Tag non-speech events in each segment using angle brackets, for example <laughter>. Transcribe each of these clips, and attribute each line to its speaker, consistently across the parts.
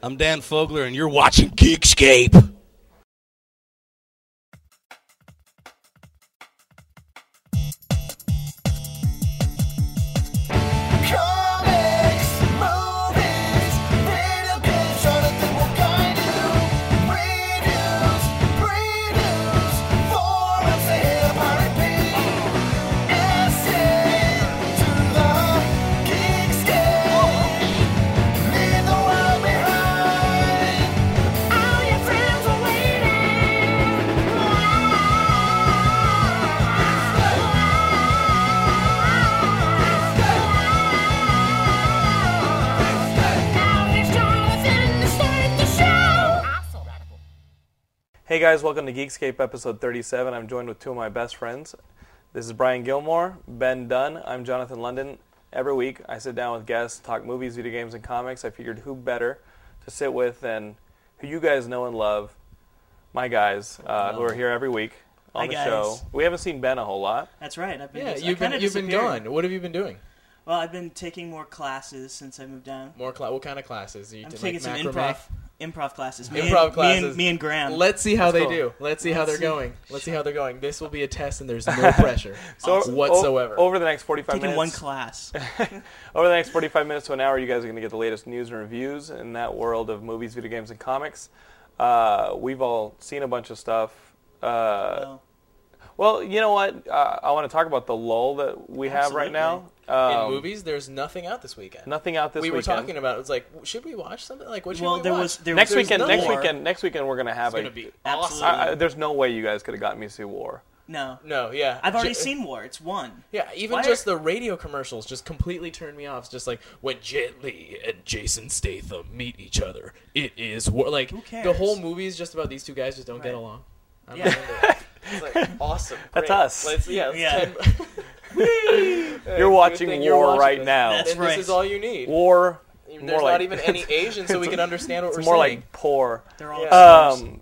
Speaker 1: I'm Dan Fogler, and you're watching Geekscape.
Speaker 2: Comics, movies, video games, trying to think what kind do. Reviews, previews, forums, they hit up our repeat. Escape to the Geekscape. Leave the world behind. All your friends are waiting.
Speaker 3: Hey guys, welcome to Geekscape episode 37. I'm joined with two of my best friends. This is Brian Gilmore, Ben Dunn, I'm Jonathan London. Every week I sit down with guests, talk movies, video games, and comics. I figured who better to sit with than who you guys know and love, my guys, uh, who are here every week on
Speaker 4: Hi,
Speaker 3: the
Speaker 4: guys.
Speaker 3: show. We haven't seen Ben a whole lot.
Speaker 4: That's right. I've been
Speaker 5: Yeah,
Speaker 4: dis- I
Speaker 5: you've been
Speaker 4: kinda
Speaker 5: you've been
Speaker 4: disappeared.
Speaker 5: gone. What have you been doing?
Speaker 4: Well, I've been taking more classes since I moved down.
Speaker 5: More cla- what kind of classes? Are you
Speaker 4: I'm
Speaker 5: t-
Speaker 4: taking some
Speaker 5: macrame?
Speaker 4: improv improv classes. Me
Speaker 5: Improv
Speaker 4: and, Me
Speaker 5: classes.
Speaker 4: and, me and Graham.
Speaker 5: Let's see how
Speaker 3: That's
Speaker 5: they
Speaker 3: cool.
Speaker 5: do. Let's see how they're
Speaker 4: see.
Speaker 5: going. Let's see how they're going. This will be a test, and
Speaker 4: <laughs>
Speaker 5: there's no pressure
Speaker 3: <laughs> So o-
Speaker 5: whatsoever.
Speaker 3: over the next 45 minutes,
Speaker 4: taking one
Speaker 5: <laughs>
Speaker 4: class.
Speaker 3: Over the next 45 minutes to an hour, you guys are going to get the latest news and reviews in that world of movies, video games, and comics. Uh, we've all seen a bunch of stuff. Uh,
Speaker 4: So,
Speaker 3: well, you know what? Uh, I want to talk about the lull that we have right now.
Speaker 5: In
Speaker 3: Um,
Speaker 5: movies, there's nothing out this weekend.
Speaker 3: Nothing out this
Speaker 5: we were
Speaker 3: weekend.
Speaker 5: talking about. It was like, should we watch something? Like, what should
Speaker 4: well,
Speaker 5: we
Speaker 4: there
Speaker 5: watch?
Speaker 4: was there
Speaker 3: next
Speaker 4: was,
Speaker 3: weekend,
Speaker 5: no
Speaker 3: next
Speaker 5: war.
Speaker 3: weekend, next weekend, we're going to have
Speaker 5: It's
Speaker 3: a.
Speaker 5: gonna be
Speaker 4: Absolutely.
Speaker 5: awesome.
Speaker 3: I- I- there's no way you guys could have gotten me to see War.
Speaker 4: No,
Speaker 5: No, yeah.
Speaker 4: I've already
Speaker 5: J-
Speaker 4: seen War. It's
Speaker 5: <laughs>
Speaker 4: one.
Speaker 5: Yeah, even
Speaker 4: Why
Speaker 5: just
Speaker 4: are-
Speaker 5: the radio commercials just completely turned me off. It's just like when Jet Li and Jason Statham meet each other, it is war. Like the
Speaker 4: cares?
Speaker 5: whole movie is just about these two guys just don't
Speaker 4: Right.
Speaker 5: get along. I
Speaker 4: Yeah.
Speaker 5: remember. It's like <laughs> awesome.
Speaker 3: That's
Speaker 5: great.
Speaker 3: us.
Speaker 5: Let's, yeah, let's
Speaker 3: <laughs>
Speaker 4: Yeah.
Speaker 5: ten-
Speaker 3: You're watching War
Speaker 5: thing you're watching
Speaker 3: right
Speaker 5: this.
Speaker 3: now.
Speaker 5: <laughs>
Speaker 4: That's
Speaker 5: Then
Speaker 4: right.
Speaker 5: This is all you need.
Speaker 3: War.
Speaker 5: There's
Speaker 3: more
Speaker 5: not
Speaker 3: like- <laughs>
Speaker 5: even any Asian, so we can understand what
Speaker 3: It's
Speaker 5: we're
Speaker 3: more
Speaker 5: saying.
Speaker 3: like poor.
Speaker 4: They're all
Speaker 5: Yeah.
Speaker 4: stars.
Speaker 3: Um,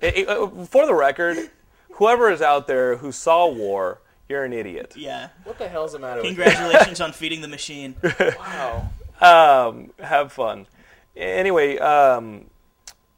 Speaker 3: it- it- uh, for the record, whoever is out there who saw War, you're an idiot.
Speaker 5: <laughs>
Speaker 4: yeah.
Speaker 5: what the hell's the matter? with Oh, you?
Speaker 4: Congratulations on feeding the
Speaker 5: <laughs>
Speaker 4: machine.
Speaker 5: Wow.
Speaker 3: Um, have fun. Anyway, um,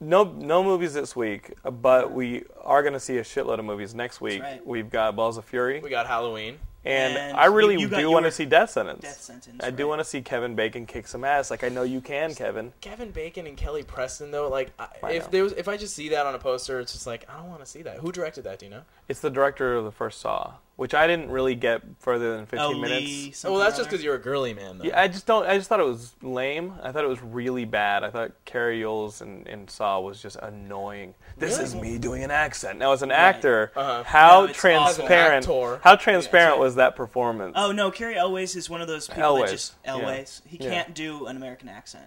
Speaker 3: no no movies this week, but we are going to see a shitload of movies next week.
Speaker 4: right.
Speaker 3: We've got Balls of Fury,
Speaker 5: We got Halloween.
Speaker 3: and,
Speaker 4: And
Speaker 3: I really
Speaker 4: you- you got
Speaker 3: do want to
Speaker 4: your
Speaker 3: see Death Sentence.
Speaker 4: Death Sentence,
Speaker 3: I do
Speaker 4: right.
Speaker 3: want to see Kevin Bacon kick some ass, like I know you can, Kevin.
Speaker 5: Kevin Bacon and Kelly Preston though, like I,
Speaker 3: I know.
Speaker 5: if there was, if I just see that on a poster, it's just like I don't want to see that. Who directed that? Do you know?
Speaker 3: It's the director of the first Saw, which I didn't really get further than 15
Speaker 4: Oh,
Speaker 3: minutes.
Speaker 4: Lee
Speaker 5: Oh, well, that's just because
Speaker 4: because
Speaker 5: you're a girly man though.
Speaker 3: Yeah, I just don't. I just thought it was lame. I thought it was really bad. I thought Carrie Yoles and, and Saw was just annoying. This
Speaker 5: Really?
Speaker 3: is me doing an accent. Now, as an actor,
Speaker 5: Uh-huh.
Speaker 3: how
Speaker 4: No, it's
Speaker 3: transparent,
Speaker 5: awful. Actor.
Speaker 3: how transparent was that performance?
Speaker 4: Oh no, Carrie Elways is one of those people
Speaker 3: Elways,
Speaker 4: that just
Speaker 3: yeah.
Speaker 4: Elways. He
Speaker 3: Yeah.
Speaker 4: can't do an American accent.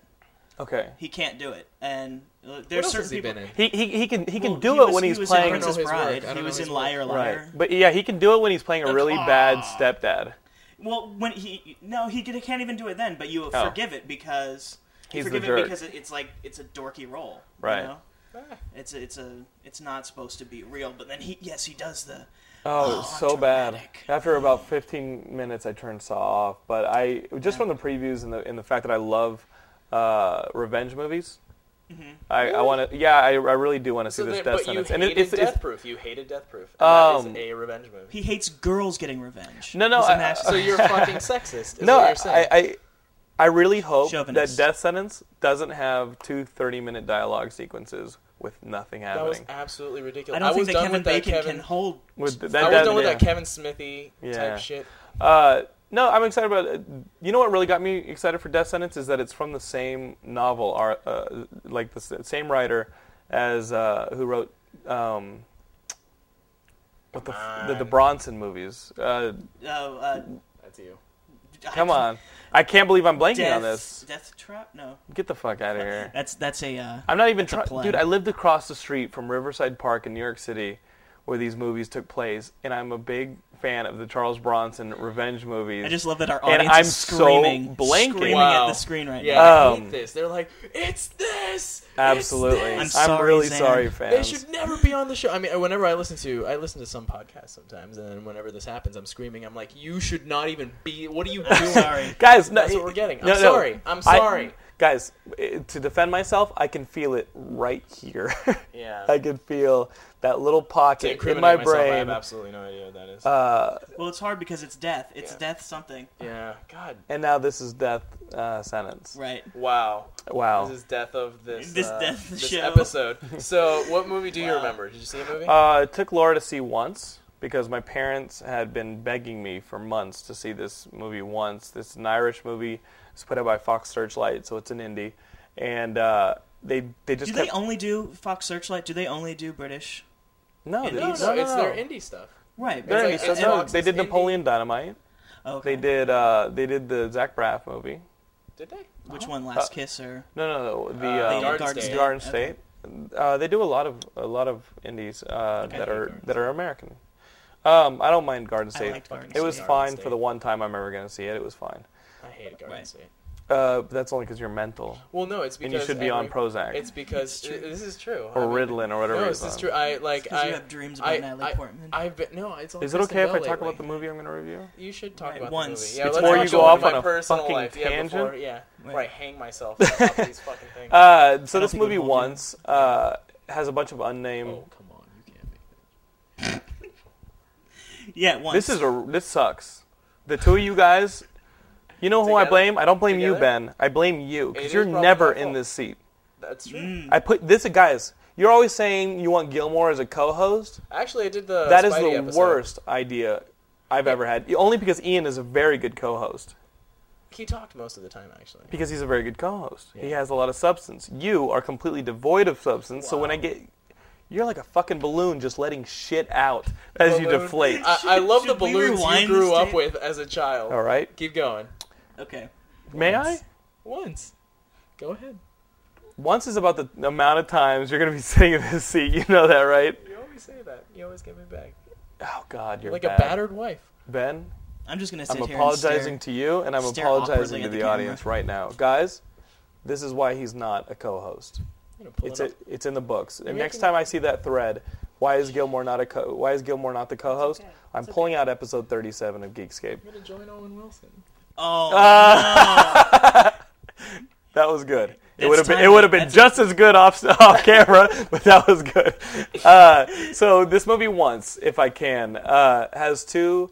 Speaker 3: Okay,
Speaker 4: He can't do it. And uh, there's
Speaker 5: What else
Speaker 4: certain
Speaker 5: has he
Speaker 4: people
Speaker 5: been in?
Speaker 3: he he, he can he can
Speaker 4: Well,
Speaker 3: do
Speaker 4: he
Speaker 3: it
Speaker 4: was-
Speaker 3: when
Speaker 4: he
Speaker 3: he's
Speaker 4: was
Speaker 3: playing.
Speaker 4: in Princess
Speaker 5: his work. I
Speaker 4: Bride.
Speaker 5: don't
Speaker 4: He
Speaker 5: know
Speaker 4: was
Speaker 5: his
Speaker 4: in
Speaker 5: work.
Speaker 4: Liar
Speaker 3: right,
Speaker 4: Liar.
Speaker 3: but yeah, he can do it when he's playing a really bad stepdad.
Speaker 4: Well, when he no, he could- can't even do it then. But you
Speaker 3: Oh.
Speaker 4: forgive it because you
Speaker 3: He's the
Speaker 4: forgive it
Speaker 3: jerk.
Speaker 4: because it, it's like it's a dorky role, you
Speaker 3: Right.
Speaker 4: know? It's a, it's a it's not supposed to be real. But then he yes he does the
Speaker 3: Oh, it was so bad.
Speaker 4: dramatic.
Speaker 3: After about 15 minutes, I turned Saw off. But I just from the previews and the and the fact that I love uh, revenge movies, I, I want to. Yeah, I, I really do want to see
Speaker 5: Mm-hmm. So
Speaker 3: this
Speaker 5: that-
Speaker 3: death
Speaker 5: but
Speaker 3: sentence.
Speaker 5: you
Speaker 3: and
Speaker 5: hated
Speaker 3: it, it's,
Speaker 5: Death
Speaker 3: it's
Speaker 5: Proof. You hated Death Proof. And
Speaker 3: Um,
Speaker 5: that is a revenge movie.
Speaker 4: he hates girls getting revenge.
Speaker 3: No, no,
Speaker 4: He's a
Speaker 3: I- <laughs>
Speaker 4: master-
Speaker 5: So you're fucking sexist. Is
Speaker 3: no,
Speaker 5: what you're
Speaker 3: I,
Speaker 5: saying.
Speaker 3: I I really hope
Speaker 4: Chauvinist.
Speaker 3: that death sentence doesn't have two 30 minute dialogue sequences with nothing
Speaker 5: that was
Speaker 3: happening.
Speaker 5: absolutely ridiculous.
Speaker 4: I don't think
Speaker 5: was
Speaker 4: that
Speaker 5: done
Speaker 4: Kevin
Speaker 5: with that
Speaker 4: Bacon
Speaker 5: Kevin.
Speaker 4: can hold.
Speaker 3: with that,
Speaker 5: I was
Speaker 3: that-
Speaker 5: done with
Speaker 3: yeah.
Speaker 5: that Kevin Smithy
Speaker 3: Yeah.
Speaker 5: type shit.
Speaker 3: Uh, no, I'm excited about. It. You know what really got me excited for Death Sentence is that it's from the same novel, or uh, like the s- same writer as uh, who wrote um, what the, f- the the Bronson movies. Uh,
Speaker 4: Uh, uh,
Speaker 5: That's you.
Speaker 3: come on, I can't believe I'm blanking
Speaker 4: death,
Speaker 3: on this.
Speaker 4: death trap. No,
Speaker 3: Get the fuck out of here.
Speaker 4: <laughs> that's that's a. Uh,
Speaker 3: I'm not even
Speaker 4: a
Speaker 3: trying,
Speaker 4: play.
Speaker 3: dude. I lived across the street from Riverside Park in New York City, where these movies took place, and I'm a big fan of the Charles Bronson revenge movies.
Speaker 4: I just love that our
Speaker 3: And
Speaker 4: audience
Speaker 3: I'm
Speaker 4: is
Speaker 3: so
Speaker 4: screaming,
Speaker 3: blanking.
Speaker 4: screaming
Speaker 5: Wow.
Speaker 4: at the screen right
Speaker 5: Yeah,
Speaker 4: now.
Speaker 5: I
Speaker 3: Um,
Speaker 5: hate this. They're like, it's this.
Speaker 3: Absolutely,
Speaker 5: It's
Speaker 3: I'm,
Speaker 5: this.
Speaker 4: sorry,
Speaker 3: really
Speaker 4: Zan.
Speaker 3: sorry,
Speaker 5: They
Speaker 3: fans.
Speaker 5: should never be on the show. I mean, uh, whenever I listen to, I listen to some podcasts sometimes, and then whenever this happens, I'm screaming. I'm like, you should not even be. What are you doing?
Speaker 4: Sorry.
Speaker 3: Guys, no,
Speaker 5: That's what we're getting. I'm
Speaker 3: no, no.
Speaker 5: sorry. I'm
Speaker 3: I-
Speaker 5: sorry.
Speaker 3: guys, eh, to defend myself, I can feel it right here. <laughs>
Speaker 6: Yeah.
Speaker 3: I can feel that little
Speaker 5: To
Speaker 3: pocket in
Speaker 5: incriminate
Speaker 3: my
Speaker 5: myself, I
Speaker 3: brain.
Speaker 5: have absolutely no idea what that is.
Speaker 3: Uh,
Speaker 4: Well, it's hard because it's death. It's
Speaker 5: Yeah.
Speaker 4: death something.
Speaker 5: yeah. God.
Speaker 3: and now this is death uh, sentence.
Speaker 4: Right.
Speaker 5: Wow.
Speaker 3: Wow.
Speaker 5: This is death of this.
Speaker 4: This
Speaker 5: uh,
Speaker 4: death
Speaker 5: this
Speaker 4: show.
Speaker 5: episode.
Speaker 3: <laughs>
Speaker 5: So, what movie do you remember? Did you see a movie?
Speaker 3: Uh, it took Laura to see once because my parents had been begging me for months to see this movie once. This is an Irish movie. It's put out by Fox Searchlight, so it's an indie, and uh, they they just
Speaker 4: Do they
Speaker 3: kept-
Speaker 4: only do Fox Searchlight? Do they only do British?
Speaker 3: no, they
Speaker 5: no, no,
Speaker 3: didn't. no, no,
Speaker 5: it's
Speaker 3: no.
Speaker 5: their indie stuff.
Speaker 4: Right.
Speaker 3: They're
Speaker 4: but-
Speaker 5: like
Speaker 3: indie, so
Speaker 5: an
Speaker 3: no,
Speaker 5: Xbox
Speaker 3: they did
Speaker 5: indie.
Speaker 3: Napoleon Dynamite.
Speaker 4: okay.
Speaker 3: They did uh, they did the Zach Braff movie.
Speaker 5: Did they?
Speaker 4: Which one?
Speaker 3: Uh,
Speaker 4: Last Kiss or
Speaker 3: No, no, no the
Speaker 5: Uh,
Speaker 3: um,
Speaker 5: Garden State.
Speaker 3: State. Garden
Speaker 4: Okay.
Speaker 3: State. Uh, they do a lot of a lot of indies uh, that
Speaker 4: like
Speaker 3: are
Speaker 4: Garden
Speaker 3: that are American. Um, I don't mind Garden
Speaker 4: I
Speaker 3: State.
Speaker 4: liked Garden
Speaker 3: it was
Speaker 4: State.
Speaker 3: fine
Speaker 5: Garden
Speaker 3: for
Speaker 5: State.
Speaker 3: the one time I'm ever going to see it. It was fine.
Speaker 5: I hated Garden
Speaker 4: Right.
Speaker 5: State.
Speaker 3: Uh, but that's only because you're mental
Speaker 5: Well, no, it's because
Speaker 3: and you should be on
Speaker 5: every-
Speaker 3: Prozac
Speaker 5: It's because this is true.
Speaker 3: or
Speaker 5: I mean,
Speaker 3: Ritalin or whatever.
Speaker 5: No,
Speaker 3: it's
Speaker 5: this is
Speaker 3: on.
Speaker 5: true. I like.
Speaker 4: 'Cause
Speaker 5: I
Speaker 4: you have dreams about
Speaker 5: I-
Speaker 4: Natalie
Speaker 5: I-
Speaker 4: Portman.
Speaker 5: I've been no. It's all
Speaker 3: Is it
Speaker 5: just
Speaker 3: okay if I
Speaker 5: Belle
Speaker 3: talk about the
Speaker 5: lately.
Speaker 3: movie I'm going to review?
Speaker 5: You should talk
Speaker 4: Right,
Speaker 5: about
Speaker 4: once.
Speaker 5: The movie. Yeah,
Speaker 4: It's
Speaker 5: let's
Speaker 4: before
Speaker 5: talk
Speaker 4: you go
Speaker 5: about
Speaker 3: off
Speaker 5: my
Speaker 3: on a
Speaker 5: personal
Speaker 3: fucking
Speaker 5: life. Yeah,
Speaker 3: tangent.
Speaker 5: before, yeah, where I
Speaker 4: Right.
Speaker 3: <laughs>
Speaker 5: hang myself about these fucking
Speaker 3: Uh,
Speaker 5: things.
Speaker 3: so
Speaker 4: I don't
Speaker 3: this
Speaker 4: think we
Speaker 3: movie
Speaker 4: will do.
Speaker 3: once uh, has a bunch of unnamed.
Speaker 5: oh come on, you can't make that.
Speaker 4: yeah? Once.
Speaker 3: This is a this sucks. The two of you guys, you know who I
Speaker 5: Together?
Speaker 3: blame? I don't blame you,
Speaker 5: Together?
Speaker 3: Ben. I blame you
Speaker 5: It
Speaker 3: because
Speaker 5: is
Speaker 3: you're
Speaker 5: probably
Speaker 3: never
Speaker 5: my
Speaker 3: in
Speaker 5: fault.
Speaker 3: this seat.
Speaker 5: That's true.
Speaker 3: I put this guys. You're always saying you want Gilmore as a co-host.
Speaker 5: Actually, I did the
Speaker 3: That is
Speaker 5: Oh, Spidey
Speaker 3: the
Speaker 5: episode.
Speaker 3: worst idea I've ever had. Only because Ian is a very good co-host.
Speaker 5: He talked most of the time <laughs> actually.
Speaker 3: Because he's a very good co-host. He has a lot of substance. You are completely devoid of substance. So when I get, you're like a fucking balloon, just letting shit out as you
Speaker 5: Balloon.
Speaker 3: deflate.
Speaker 5: I, I love the
Speaker 4: Should we
Speaker 5: balloons you
Speaker 4: rewind
Speaker 5: grew
Speaker 4: this
Speaker 5: up
Speaker 4: tape?
Speaker 5: with as a child.
Speaker 3: All right,
Speaker 5: keep going.
Speaker 4: okay.
Speaker 3: may I?
Speaker 5: Once. Once, go ahead.
Speaker 3: Once is about the amount of times you're gonna be <laughs> sitting in this seat. You know that, right?
Speaker 5: You always say that. You always get me back.
Speaker 3: Oh God, you're
Speaker 5: Like
Speaker 3: bad.
Speaker 5: a battered wife.
Speaker 3: Ben.
Speaker 4: I'm just gonna sit
Speaker 3: I'm
Speaker 4: here and stare.
Speaker 3: apologizing to you, and I'm
Speaker 4: stare awkwardly
Speaker 3: apologizing to
Speaker 4: at
Speaker 3: the,
Speaker 4: the camera.
Speaker 3: audience right now, guys. This is why he's not a co-host.
Speaker 5: I'm gonna pull
Speaker 3: It's
Speaker 5: it up.
Speaker 3: it it's in the books. And
Speaker 5: You're
Speaker 3: next
Speaker 5: making-
Speaker 3: time I see that thread, why is Gilmore not a co- why is Gilmore not the co-host? I'm pulling out episode 37 of Geekscape.
Speaker 5: I'm gonna join Owen Wilson.
Speaker 4: Oh,
Speaker 3: That was good. It
Speaker 4: That's
Speaker 3: would have been it
Speaker 4: timely.
Speaker 3: would have been
Speaker 4: That's-
Speaker 3: just as good off <laughs> off camera, but that was good. Uh, so this movie once, if I can, uh, has two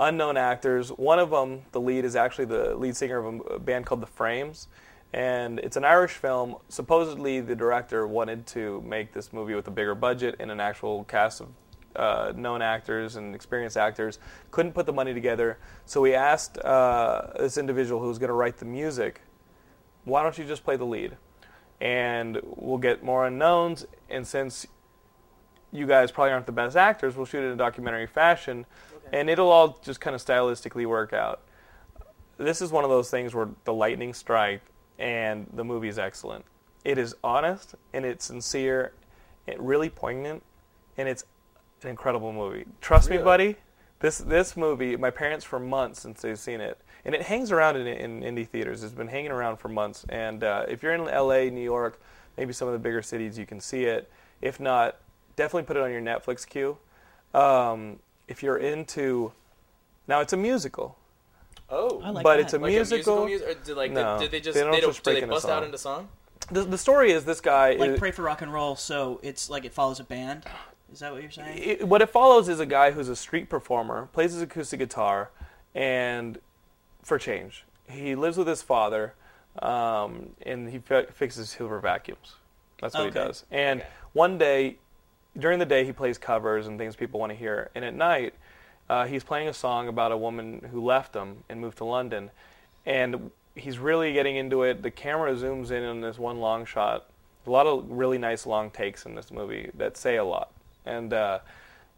Speaker 3: unknown actors. One of them, the lead, is actually the lead singer of a m- a band called The Frames, and it's an Irish film. Supposedly, the director wanted to make this movie with a bigger budget and an actual cast of uh, known actors and experienced actors. Couldn't put the money together, so we asked uh, this individual who was going to write the music why don't you just play the lead? And we'll get more unknowns. And since you guys probably aren't the best actors, we'll shoot it in documentary fashion. And it'll all just kind of stylistically work out. This is one of those things where the lightning strike and the movie is excellent. It is honest and it's sincere, it really poignant, and it's an incredible movie. Trust me,
Speaker 5: Really?
Speaker 3: buddy. This this movie, my parents for months since they've seen it, and it hangs around in, in indie theaters. It's been hanging around for months. And uh, if you're in L.A., New York, maybe some of the bigger cities, you can see it. If not, definitely put it on your Netflix queue. Um, if you're into, now it's a musical,
Speaker 5: Oh,
Speaker 4: I like
Speaker 3: but
Speaker 4: that.
Speaker 3: it's a
Speaker 5: like
Speaker 3: musical.
Speaker 5: a musical music. Or did, like,
Speaker 3: No,
Speaker 5: did, did they just
Speaker 3: they
Speaker 5: they
Speaker 3: don't
Speaker 5: don't,
Speaker 3: just
Speaker 5: do
Speaker 3: break
Speaker 5: they
Speaker 3: into
Speaker 5: bust out
Speaker 3: song.
Speaker 5: into song?
Speaker 3: the, the story is this guy.
Speaker 4: like
Speaker 3: is-
Speaker 4: pray for rock and roll. So it's like it follows a band. Is that what you're saying?
Speaker 3: it, what it follows is a guy who's a street performer, plays his acoustic guitar, and for change, he lives with his father, um, and he fi- fixes silver vacuums. That's what he
Speaker 4: Okay.
Speaker 3: does. And one day, during the day, he plays covers and things people want to hear, and at night, uh, he's playing a song about a woman who left him and moved to London, and he's really getting into it. The camera zooms in on this one long shot. A lot of really nice long takes in this movie that say a lot, and uh,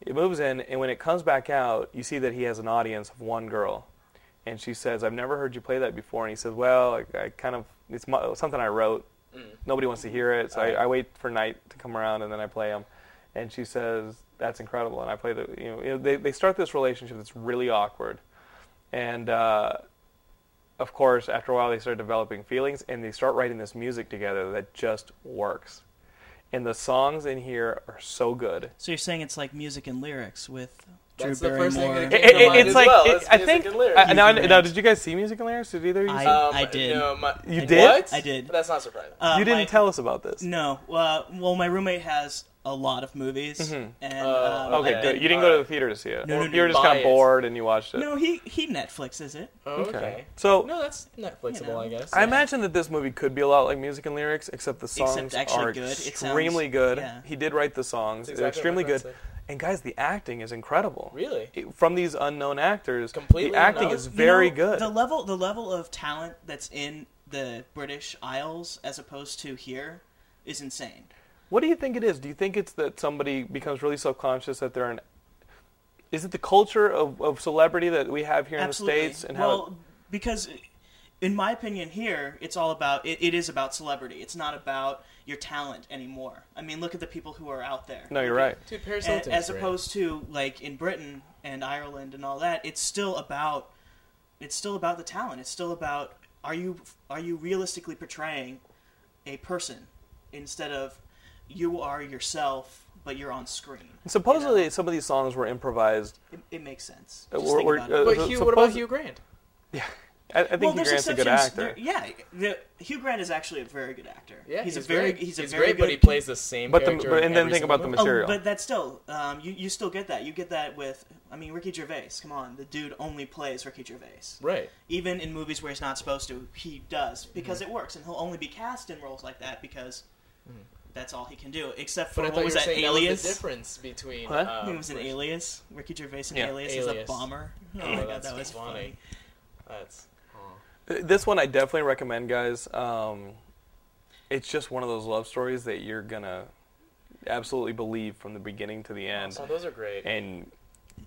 Speaker 3: it moves in. And when it comes back out, you see that he has an audience of one girl, and she says, "I've never heard you play that before." And he says, "Well, I, I kind of it's my, something I wrote.
Speaker 5: Mm.
Speaker 3: Nobody wants to hear it, so I, I wait for night to come around and then I play them." And she says, "That's incredible." And I play the you know you know, they they start this relationship that's really awkward, and uh, of course after a while they start developing feelings and they start writing this music together that just works, and the songs in here are so good.
Speaker 4: So you're saying it's like music and lyrics with
Speaker 6: Drew
Speaker 5: That's the
Speaker 6: Barrymore.
Speaker 5: first thing
Speaker 3: It-
Speaker 5: that came to
Speaker 3: it-
Speaker 5: mind
Speaker 3: it's
Speaker 5: as
Speaker 3: like
Speaker 5: well.
Speaker 3: it-
Speaker 5: It's
Speaker 3: I
Speaker 5: music
Speaker 3: think.
Speaker 5: and lyrics.
Speaker 3: I, now, now, did you guys see music and lyrics? Did either of you?
Speaker 6: I-
Speaker 3: see-
Speaker 5: Um,
Speaker 6: did.
Speaker 5: No, my,
Speaker 3: You
Speaker 5: what?
Speaker 3: did?
Speaker 6: I did.
Speaker 5: That's not surprising.
Speaker 4: Uh,
Speaker 3: <laughs> you didn't
Speaker 4: my-
Speaker 3: tell us about this.
Speaker 4: No. Uh, well, my roommate has a lot of movies, and
Speaker 5: Oh,
Speaker 4: um,
Speaker 3: Mm-hmm. Uh, Okay,
Speaker 5: I
Speaker 4: I've
Speaker 3: good.
Speaker 5: didn't
Speaker 3: You didn't go
Speaker 5: buy
Speaker 3: to
Speaker 5: it.
Speaker 3: the theater to see it.
Speaker 4: No, no, no,
Speaker 3: you were just kind
Speaker 5: buy
Speaker 3: of
Speaker 5: it.
Speaker 3: bored and you watched it.
Speaker 4: No, he he Netflixes it.
Speaker 5: okay.
Speaker 3: So
Speaker 5: No, that's Netflixable,
Speaker 4: You know.
Speaker 5: I guess.
Speaker 3: I imagine that this movie could be a lot like music and lyrics, except the
Speaker 4: Except
Speaker 3: songs
Speaker 4: actually
Speaker 3: are
Speaker 4: good. It sounds-
Speaker 3: extremely good.
Speaker 4: yeah.
Speaker 3: He did write the songs;
Speaker 5: That's
Speaker 3: they're
Speaker 5: exactly what
Speaker 3: extremely
Speaker 5: my
Speaker 3: good.
Speaker 5: friend
Speaker 3: And guys, the acting is incredible.
Speaker 5: Really?
Speaker 3: It- From these unknown actors,
Speaker 5: Completely
Speaker 3: the acting
Speaker 5: unknown?
Speaker 3: is
Speaker 4: You
Speaker 3: very
Speaker 4: know,
Speaker 3: good.
Speaker 4: The level the level of talent that's in the British Isles as opposed to here is insane.
Speaker 3: What do you think it is? Do you think it's that somebody becomes really self-conscious that they're an? Is it the culture of, of celebrity that we have here
Speaker 4: Absolutely.
Speaker 3: in the states and how?
Speaker 4: well, because in my opinion, here it's all about it, it is about celebrity. It's not about your talent anymore. I mean, look at the people who are out there.
Speaker 3: no, you're right.
Speaker 5: Dude, Paris
Speaker 4: And,
Speaker 5: Hilton.
Speaker 4: as opposed to like in Britain and Ireland and all that, it's still about it's still about the talent. It's still about are you are you realistically portraying a person instead of you are yourself but you're on screen.
Speaker 3: Supposedly,
Speaker 4: You know?
Speaker 3: some of these songs were improvised.
Speaker 4: it, it makes sense.
Speaker 3: Uh,
Speaker 4: Just
Speaker 3: we're-
Speaker 4: think
Speaker 3: we're-
Speaker 4: about
Speaker 3: uh,
Speaker 4: it.
Speaker 5: But
Speaker 3: so-
Speaker 5: Hugh, what about
Speaker 3: suppose-
Speaker 5: Hugh Grant?
Speaker 3: I, I think
Speaker 4: well,
Speaker 3: Hugh
Speaker 4: there's
Speaker 3: Grant's a good
Speaker 4: exceptions.
Speaker 3: actor.
Speaker 4: There- yeah, the, Hugh Grant is actually a very good actor.
Speaker 5: Yeah,
Speaker 4: he's, a very
Speaker 5: great.
Speaker 4: he's a
Speaker 5: he's
Speaker 4: very
Speaker 5: great,
Speaker 4: good
Speaker 5: but he plays the same.
Speaker 3: But the-
Speaker 5: character
Speaker 3: but-
Speaker 5: in
Speaker 3: and then
Speaker 5: every
Speaker 3: think about
Speaker 5: single
Speaker 3: the
Speaker 5: movie.
Speaker 3: material.
Speaker 4: Oh, but that's still um, you you still get that. You get that with I mean Ricky Gervais. Come on, the dude only plays Ricky Gervais.
Speaker 5: Right.
Speaker 4: Even in movies where he's not supposed to, he
Speaker 5: Mm-hmm.
Speaker 4: does because it works, and he'll only be cast in roles like that because that's all he can do. Except for
Speaker 5: Mm-hmm. But
Speaker 4: what
Speaker 5: I thought
Speaker 4: was
Speaker 5: you were
Speaker 4: that
Speaker 5: saying that was
Speaker 4: Alias?
Speaker 5: the difference between.
Speaker 3: What?
Speaker 5: um,
Speaker 4: I think it was an
Speaker 5: which-
Speaker 4: Alias. Ricky Gervais in
Speaker 3: Yeah.
Speaker 4: Alias, is a
Speaker 5: Alias.
Speaker 4: bomber. Oh,
Speaker 5: Oh,
Speaker 4: my god,
Speaker 5: that's
Speaker 4: that was
Speaker 5: funny.
Speaker 4: funny.
Speaker 5: That's.
Speaker 3: This one I definitely recommend, guys. Um, it's just one of those love stories that you're gonna absolutely believe from the beginning to the end,
Speaker 5: So those are great.
Speaker 3: and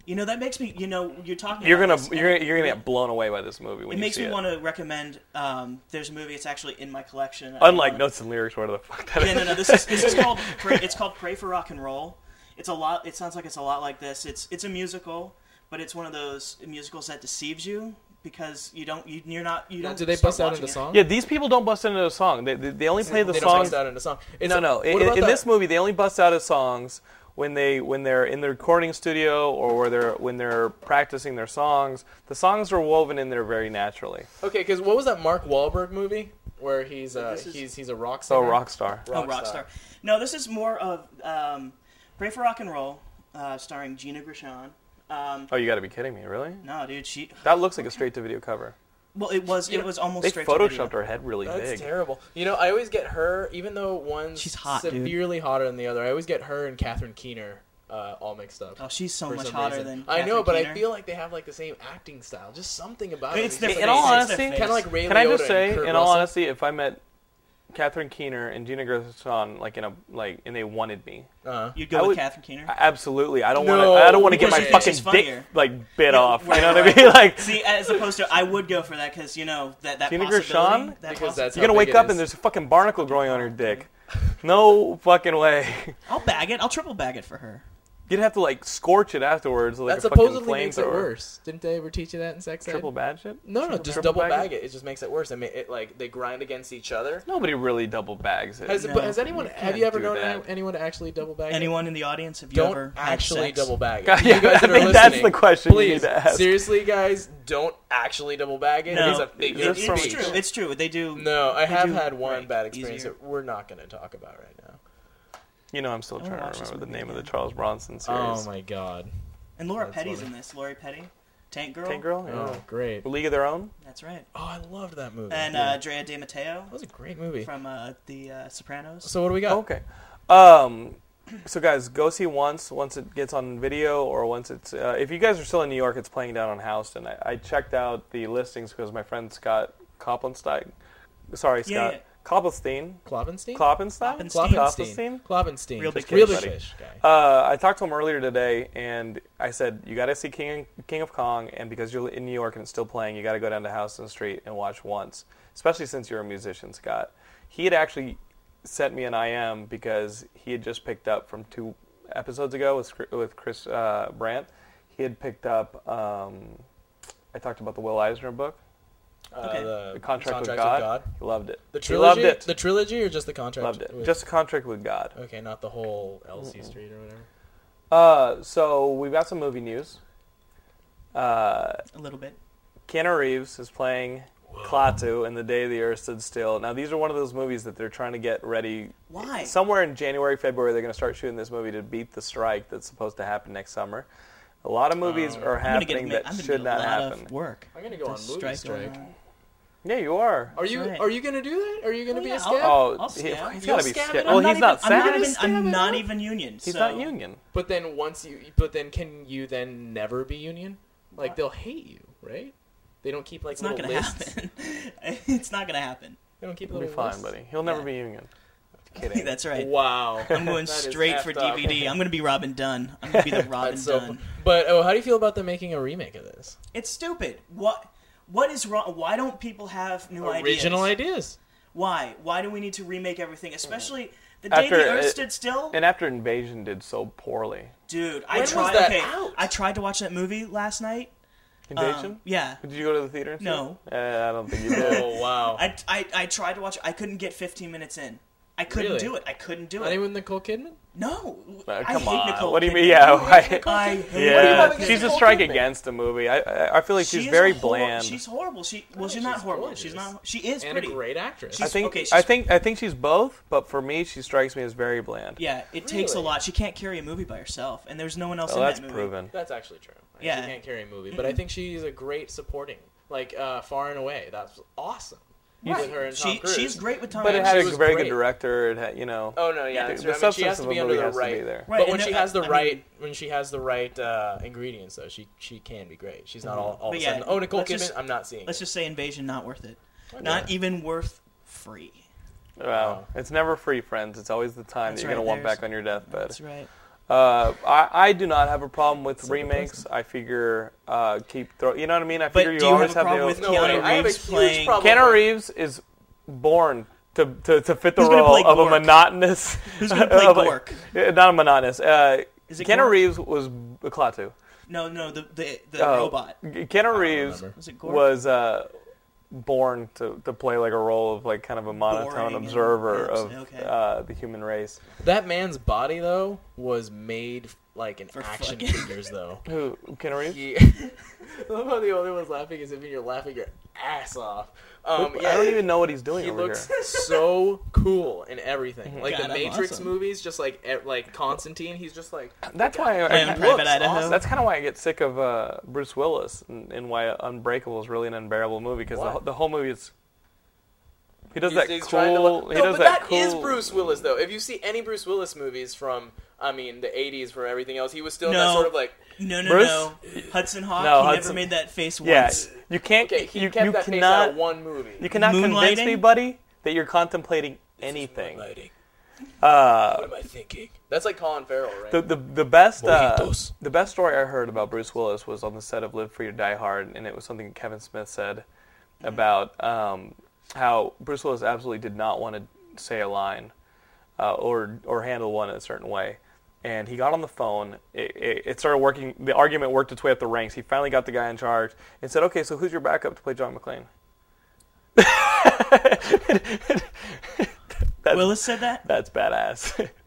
Speaker 4: You know that makes me. You know you're talking.
Speaker 3: you're
Speaker 4: about
Speaker 3: gonna
Speaker 4: this, and
Speaker 3: you're gonna, you're gonna get blown away by this movie. When
Speaker 4: It
Speaker 3: you
Speaker 4: makes
Speaker 3: see
Speaker 4: me
Speaker 3: it.
Speaker 4: want to recommend. Um, there's a movie. It's actually in my collection. I
Speaker 3: Unlike
Speaker 4: wanna-
Speaker 3: notes and lyrics, whatever the fuck that is.
Speaker 4: Yeah, no, no. This is this is called pray, it's called Pray for Rock and Roll. It's a lot. It sounds like it's a lot like this. It's it's a musical, but it's one of those musicals that deceives you because you don't you, you're not you
Speaker 5: Now,
Speaker 4: don't.
Speaker 5: do they
Speaker 4: start
Speaker 5: bust out
Speaker 4: watching
Speaker 5: into
Speaker 4: it.
Speaker 3: <laughs>
Speaker 5: song?
Speaker 3: Yeah, these people don't bust into a song. They they, they only play the
Speaker 5: they don't
Speaker 3: songs.
Speaker 5: bust out into song. It's
Speaker 3: No, no.
Speaker 5: what
Speaker 3: In,
Speaker 5: about
Speaker 3: in
Speaker 5: the-
Speaker 3: this movie, they only bust out as songs when they when they're in the recording studio or where they're when they're practicing their songs. The songs are woven in there very naturally.
Speaker 5: Okay, because what was that Mark Wahlberg movie where he's uh,
Speaker 4: this is-
Speaker 5: he's he's a rock
Speaker 3: So
Speaker 5: star?
Speaker 3: rock star.
Speaker 4: Oh, Rockstar. No, this is more of um, Pray for Rock and Roll, uh, starring Gina Gershon. Um,
Speaker 3: Oh, you got to be kidding me, really?
Speaker 4: no, dude, she.
Speaker 3: That looks like a straight to video cover.
Speaker 4: Well, it was it was almost
Speaker 3: They
Speaker 4: straight
Speaker 3: photoshopped
Speaker 4: to video.
Speaker 3: her head really
Speaker 5: That's
Speaker 3: big.
Speaker 5: terrible. You know, I always get her, even though one's
Speaker 4: She's hot, dude.
Speaker 5: severely hotter than the other. I always get her and Catherine Keener uh, all mixed up.
Speaker 4: Oh, she's so
Speaker 5: for
Speaker 4: much
Speaker 5: some
Speaker 4: hotter
Speaker 5: reason.
Speaker 4: than.
Speaker 5: I
Speaker 4: Catherine
Speaker 5: know, but
Speaker 4: Keener.
Speaker 5: I feel like they have like the same acting style. Just something about
Speaker 4: It's
Speaker 5: it.
Speaker 4: their
Speaker 5: It's
Speaker 3: In all
Speaker 4: face, it's
Speaker 3: honesty,
Speaker 4: their face.
Speaker 5: kind of like Ray
Speaker 3: Can I just
Speaker 5: Liotta and
Speaker 3: say, in
Speaker 5: Kurt
Speaker 3: all
Speaker 5: Russell.
Speaker 3: honesty, if I met Catherine Keener and Gina Gershon like in a like and they wanted me,
Speaker 5: Uh-huh.
Speaker 4: you'd go
Speaker 3: I
Speaker 4: with
Speaker 3: would-
Speaker 4: Catherine Keener.
Speaker 3: I- absolutely, I don't
Speaker 5: No,
Speaker 3: want to. I don't want to get
Speaker 5: because
Speaker 3: my
Speaker 5: she
Speaker 3: fucking
Speaker 4: thinks she's
Speaker 3: dick
Speaker 4: funnier.
Speaker 3: like bit
Speaker 4: Yeah,
Speaker 3: off.
Speaker 4: right,
Speaker 3: you know what
Speaker 4: right.
Speaker 3: I mean? <laughs> Like
Speaker 4: See, as opposed to, I would go for that because you know that that
Speaker 3: Gina
Speaker 4: possibility.
Speaker 3: Gershon?
Speaker 4: That
Speaker 5: Because that's
Speaker 3: you're gonna
Speaker 5: how big
Speaker 3: wake
Speaker 5: it
Speaker 3: up
Speaker 5: is.
Speaker 3: and there's a fucking barnacle growing on your dick. No fucking way. <laughs>
Speaker 4: I'll bag it. I'll triple bag it for her.
Speaker 3: You'd have to like scorch it afterwards like
Speaker 5: that
Speaker 3: a fucking
Speaker 5: supposedly makes it
Speaker 3: flamethrower.
Speaker 5: worse. Didn't they ever teach you that in sex ed?
Speaker 3: Triple bad shit.
Speaker 5: No, no, just
Speaker 3: triple
Speaker 5: double
Speaker 3: bag
Speaker 5: bag,
Speaker 3: it?
Speaker 5: it. It just makes it worse. I mean, it like they grind against each other.
Speaker 3: Nobody really double bags it.
Speaker 5: Has,
Speaker 4: No,
Speaker 5: but has anyone?
Speaker 3: you
Speaker 5: Have
Speaker 3: can't
Speaker 5: you ever
Speaker 3: do
Speaker 5: known
Speaker 3: that.
Speaker 5: any- anyone to actually double bag? it?
Speaker 4: Anyone in the audience? Have you
Speaker 5: Don't
Speaker 4: ever had
Speaker 5: actually
Speaker 4: sex?
Speaker 5: double bag it.
Speaker 3: God,
Speaker 5: You
Speaker 3: <laughs> <laughs> yeah,
Speaker 5: guys that
Speaker 3: I
Speaker 5: are
Speaker 3: think that's
Speaker 5: listening,
Speaker 3: the question you
Speaker 5: please,
Speaker 3: need to ask.
Speaker 5: Seriously, guys, don't actually double bag it.
Speaker 4: No.
Speaker 5: It's a figure
Speaker 3: You're
Speaker 5: of
Speaker 4: It- it's
Speaker 5: speech.
Speaker 4: true. It's true. They do.
Speaker 5: No, I
Speaker 4: they
Speaker 5: have
Speaker 4: do
Speaker 5: had one
Speaker 4: break
Speaker 5: bad experience
Speaker 4: easier.
Speaker 5: that we're not going to talk about right now.
Speaker 3: You know, I'm still trying
Speaker 4: watch
Speaker 3: to
Speaker 4: this
Speaker 3: remember the
Speaker 4: movie
Speaker 3: name of the
Speaker 4: again.
Speaker 3: Charles Bronson series.
Speaker 5: Oh my god.
Speaker 4: And Laura
Speaker 5: That's
Speaker 4: Petty's
Speaker 5: funny.
Speaker 4: in this. Lori Petty, Tank Girl.
Speaker 3: Tank Girl?
Speaker 5: Oh, great.
Speaker 3: Yeah.
Speaker 5: Oh,
Speaker 3: League of Their Own?
Speaker 4: That's right.
Speaker 5: I loved that movie.
Speaker 4: And
Speaker 5: Oh, Yeah.
Speaker 4: uh, Drea De Matteo
Speaker 5: that was a great movie.
Speaker 4: from uh, the uh, Sopranos.
Speaker 5: so what do we got?
Speaker 3: Okay. Um, so, guys, go see once. Once it gets on video, or once it's. Uh, if you guys are still in New York, it's playing down on Houston. I, I checked out the listings because my friend Scott Koppenstein. Sorry, Scott.
Speaker 4: Yeah, yeah.
Speaker 3: Kloppenstein.
Speaker 5: Kloppenstein?
Speaker 3: Kloppenstein?
Speaker 5: Kloppenstein. Kloppenstein.
Speaker 4: Real big
Speaker 5: Just real
Speaker 4: fish.
Speaker 5: big fish guy.
Speaker 3: Uh, I talked to him earlier today, and I said you got to see King King of Kong, and because you're in New York and it's still playing, you got to go down to Houston Street and watch once, especially since you're a musician, Scott. He had actually sent me an IM because he had just picked up from two episodes ago with Scr- with Chris uh, Brandt. He had picked up. Um, I talked about the Will Eisner book,
Speaker 5: Uh,
Speaker 4: Okay.
Speaker 5: the,
Speaker 3: The Contract,
Speaker 5: Contract
Speaker 3: with,
Speaker 5: with
Speaker 3: God.
Speaker 5: God.
Speaker 3: He loved it.
Speaker 5: The
Speaker 3: He loved
Speaker 5: trilogy?
Speaker 3: it.
Speaker 5: The trilogy or just the contract?
Speaker 3: loved it.
Speaker 5: with-
Speaker 3: Just a contract with God.
Speaker 5: Okay, not the whole LC Street or whatever.
Speaker 3: Uh, so we've got some movie news. Uh,
Speaker 4: a little bit.
Speaker 3: Keanu Reeves is playing Klaatu in The Day the Earth Stood Still. Now, these are one of those movies that they're trying to get ready.
Speaker 4: Why?
Speaker 3: Somewhere in January, February, they're going to start shooting this movie to beat the strike that's supposed to happen next summer. A lot of movies are
Speaker 4: Oh. I'm gonna get
Speaker 3: happening
Speaker 4: admit-
Speaker 3: that
Speaker 4: I'm gonna
Speaker 3: should
Speaker 4: get a
Speaker 3: not
Speaker 4: lot of
Speaker 3: happen.
Speaker 4: work.
Speaker 5: I'm gonna go
Speaker 4: The
Speaker 5: on movie
Speaker 4: going
Speaker 5: strike.
Speaker 4: on.
Speaker 3: Yeah, you are.
Speaker 5: Are you
Speaker 4: right.
Speaker 5: are you gonna do that? Are you gonna be
Speaker 4: yeah,
Speaker 5: a scab?
Speaker 4: I'll-
Speaker 3: Oh,
Speaker 4: I'll
Speaker 3: he,
Speaker 4: stab.
Speaker 3: has
Speaker 5: You'll
Speaker 3: got to be
Speaker 5: stab
Speaker 3: scabbed.
Speaker 5: it.
Speaker 3: Well,
Speaker 5: I'm not
Speaker 3: he's not
Speaker 4: I'm not
Speaker 3: sad.
Speaker 4: even.
Speaker 5: Stab
Speaker 4: I'm
Speaker 5: it
Speaker 4: not
Speaker 5: up.
Speaker 4: even union.
Speaker 3: He's
Speaker 4: so
Speaker 3: not union.
Speaker 5: But then once you, but then can you then never be union? Like they'll hate you, right? They don't keep like
Speaker 4: It's not
Speaker 5: little
Speaker 4: gonna
Speaker 5: lists.
Speaker 4: happen. <laughs> it's not gonna happen.
Speaker 5: They don't keep
Speaker 3: He'll be
Speaker 5: little
Speaker 3: fine,
Speaker 5: lists.
Speaker 3: buddy. He'll never
Speaker 4: Yeah.
Speaker 3: be union. Kidding.
Speaker 4: <laughs> That's right.
Speaker 5: Wow,
Speaker 4: I'm going
Speaker 5: That is
Speaker 4: straight for
Speaker 5: effed up.
Speaker 4: DVD. I'm gonna be Robin Dunn. I'm gonna be <laughs> the Robin
Speaker 5: That's so.
Speaker 4: Dunn.
Speaker 5: But oh, how do you feel about them making a remake of this?
Speaker 4: It's stupid. What? What is wrong? Why don't people have new
Speaker 5: Original
Speaker 4: ideas?
Speaker 5: ideas.
Speaker 4: Why? Why do we need to remake everything? Especially the day
Speaker 3: After
Speaker 4: the Earth
Speaker 3: it-
Speaker 4: stood still.
Speaker 3: And after Invasion did so poorly,
Speaker 4: Dude,
Speaker 5: When
Speaker 4: I
Speaker 5: was
Speaker 4: tried.
Speaker 5: that
Speaker 4: okay,
Speaker 5: out?
Speaker 4: I tried to watch that movie last night. Um,
Speaker 3: Invasion.
Speaker 4: yeah,
Speaker 3: Did you go to the theater? and see
Speaker 4: No.
Speaker 3: it? Uh, I don't think you
Speaker 4: <laughs>
Speaker 3: did.
Speaker 5: Oh wow!
Speaker 4: I, I, I tried to watch. it. I couldn't get 15 minutes in. I couldn't
Speaker 5: Really?
Speaker 4: do it. I couldn't do
Speaker 5: Not
Speaker 4: it.
Speaker 5: even Nicole Kidman.
Speaker 4: No,
Speaker 3: Uh,
Speaker 4: I
Speaker 3: come
Speaker 4: hate
Speaker 3: on.
Speaker 4: Nicole.
Speaker 3: what do you
Speaker 4: Kidman.
Speaker 3: mean? Yeah, why?
Speaker 4: <laughs>
Speaker 3: <laughs>
Speaker 4: I hate
Speaker 5: have
Speaker 3: yeah.
Speaker 5: against
Speaker 3: She's a
Speaker 5: Nicole
Speaker 3: strike
Speaker 5: Kidman?
Speaker 3: against the movie. I, I I feel like she's
Speaker 4: is
Speaker 3: very
Speaker 4: hor-
Speaker 3: bland.
Speaker 4: She's horrible. She well, she's
Speaker 5: she's
Speaker 4: not horrible.
Speaker 5: gorgeous.
Speaker 4: She's not. She is
Speaker 5: And
Speaker 4: pretty.
Speaker 5: a great
Speaker 3: I
Speaker 5: actress.
Speaker 4: She's-
Speaker 3: think
Speaker 4: okay, she's-
Speaker 3: I think I think she's both, but for me, she strikes me as very bland.
Speaker 4: Yeah, it takes a
Speaker 5: Really?
Speaker 4: lot. She can't carry a movie by herself, and there's no one else
Speaker 3: well,
Speaker 4: in
Speaker 3: Oh, that's
Speaker 4: that movie.
Speaker 3: proven.
Speaker 5: That's actually true. Like,
Speaker 4: Yeah. Mm-hmm.
Speaker 5: She can't carry a movie, but I think she's a great supporting, like uh, Far and Away. That's awesome. With her and Tom
Speaker 4: She
Speaker 5: Cruise.
Speaker 4: she's great with Tom.
Speaker 3: But it had
Speaker 5: she
Speaker 4: Hanks.
Speaker 3: a
Speaker 5: was
Speaker 3: very
Speaker 5: great.
Speaker 3: good director. It had, you know.
Speaker 5: Oh no, yeah, that's
Speaker 3: The
Speaker 5: true. I mean, she
Speaker 3: substance
Speaker 5: has
Speaker 3: of
Speaker 5: to
Speaker 3: a
Speaker 5: be
Speaker 3: movie
Speaker 5: under the
Speaker 3: has to be
Speaker 5: right.
Speaker 3: there.
Speaker 4: Right,
Speaker 5: but
Speaker 4: and
Speaker 5: when she
Speaker 4: there-
Speaker 5: has the
Speaker 4: I mean-
Speaker 5: right, when she has the right uh, ingredients, though, she she can be great. She's not all, all of
Speaker 4: Mm-hmm. But
Speaker 5: a
Speaker 4: yeah,
Speaker 5: sudden. Oh, Nicole
Speaker 4: let's
Speaker 5: Kidman,
Speaker 4: just-
Speaker 5: I'm not seeing.
Speaker 4: Let's
Speaker 5: it."
Speaker 4: just say Invasion not worth it. Not even worth free.
Speaker 3: Wow. It's never free, friends. It's always the time
Speaker 4: That's
Speaker 3: that you're
Speaker 4: right,
Speaker 3: gonna want
Speaker 4: there's-
Speaker 3: back on your deathbed.
Speaker 4: That's right.
Speaker 3: Uh, I, I do not have a problem with remakes. I figure uh, keep throw. You know what I mean? I
Speaker 4: But
Speaker 3: figure
Speaker 4: do
Speaker 3: you
Speaker 4: you
Speaker 3: always
Speaker 4: have a
Speaker 3: have,
Speaker 4: problem
Speaker 3: the.
Speaker 4: with
Speaker 5: No way,
Speaker 4: Keanu
Speaker 5: I have a
Speaker 4: Reeves
Speaker 5: huge
Speaker 4: playing?
Speaker 5: problem.
Speaker 3: Keanu Reeves is born to, to, to fit the
Speaker 4: Who's gonna
Speaker 3: role
Speaker 4: play
Speaker 3: of a
Speaker 4: Gork?
Speaker 3: monotonous. <laughs>
Speaker 4: Who's gonna play
Speaker 3: of a-
Speaker 4: Gork?
Speaker 3: eh, <laughs> not a monotonous. Uh,
Speaker 4: Is it
Speaker 3: Keanu
Speaker 4: Gork?
Speaker 3: Reeves was a Klaatu.
Speaker 4: No, no, the the, the
Speaker 3: Oh.
Speaker 4: robot.
Speaker 3: G- Keanu Reeves
Speaker 5: remember.
Speaker 4: Was it Gork?
Speaker 3: was uh, born to, to play like a role of like kind of a monotone
Speaker 4: Boring and-
Speaker 3: observer of
Speaker 4: okay.
Speaker 3: uh, the human race.
Speaker 5: That man's body though was made like in
Speaker 4: For
Speaker 5: action
Speaker 4: fucking- <laughs>
Speaker 5: figures though.
Speaker 3: Who Keanu Reeves?
Speaker 5: Yeah. I love how <laughs> the only one's laughing is if you're laughing your ass off. Um, yeah,
Speaker 3: I don't even know what he's doing
Speaker 5: He
Speaker 3: over
Speaker 5: looks
Speaker 3: here.
Speaker 5: <laughs> so cool in everything, like
Speaker 4: Mhm. God,
Speaker 5: the
Speaker 4: I'm
Speaker 5: Matrix
Speaker 4: awesome.
Speaker 5: movies. Just like e- like Constantine, he's just like
Speaker 3: That's why I,
Speaker 4: Playing
Speaker 3: I,
Speaker 4: Private Idaho.
Speaker 3: That's kind of why I get sick of uh, Bruce Willis and, and why Unbreakable is really an unbearable movie because the,
Speaker 5: Why?
Speaker 3: whole- the whole movie is he does that
Speaker 5: he's- he's trying to
Speaker 3: cool.
Speaker 5: look-
Speaker 3: he
Speaker 5: no,
Speaker 3: does
Speaker 5: but
Speaker 3: that
Speaker 5: that is
Speaker 3: cool-
Speaker 5: Bruce Willis though. If you see any Bruce Willis movies from, I mean, the '80s, from everything else, he was still in
Speaker 4: No.
Speaker 5: that sort of like
Speaker 4: No, no,
Speaker 3: Bruce?
Speaker 4: no. Hudson Hawk.
Speaker 3: No,
Speaker 4: he never
Speaker 3: Hudson-
Speaker 4: made that face once.
Speaker 3: Yeah, you can't.
Speaker 5: okay, he
Speaker 3: you,
Speaker 5: kept
Speaker 3: you
Speaker 5: that face out
Speaker 3: cannot.
Speaker 5: of one movie.
Speaker 3: You cannot convince me,
Speaker 4: Moonlighting?
Speaker 3: buddy, that you're contemplating anything.
Speaker 5: Uh, what am I thinking? That's like Colin Farrell, right?
Speaker 3: The, the, the best uh,
Speaker 1: Mojitos.
Speaker 3: the best story I heard about Bruce Willis was on the set of Live Free or Die Hard, and it was something Kevin Smith said about um, how Bruce Willis absolutely did not want to say a line uh, or or handle one in a certain way. And he got on the phone. It, it, it started working. The argument worked its way up the ranks. He finally got the guy in charge and said, "Okay, so who's your backup to play John McClane?" <laughs>
Speaker 4: Willis said that.
Speaker 3: That's badass. <laughs>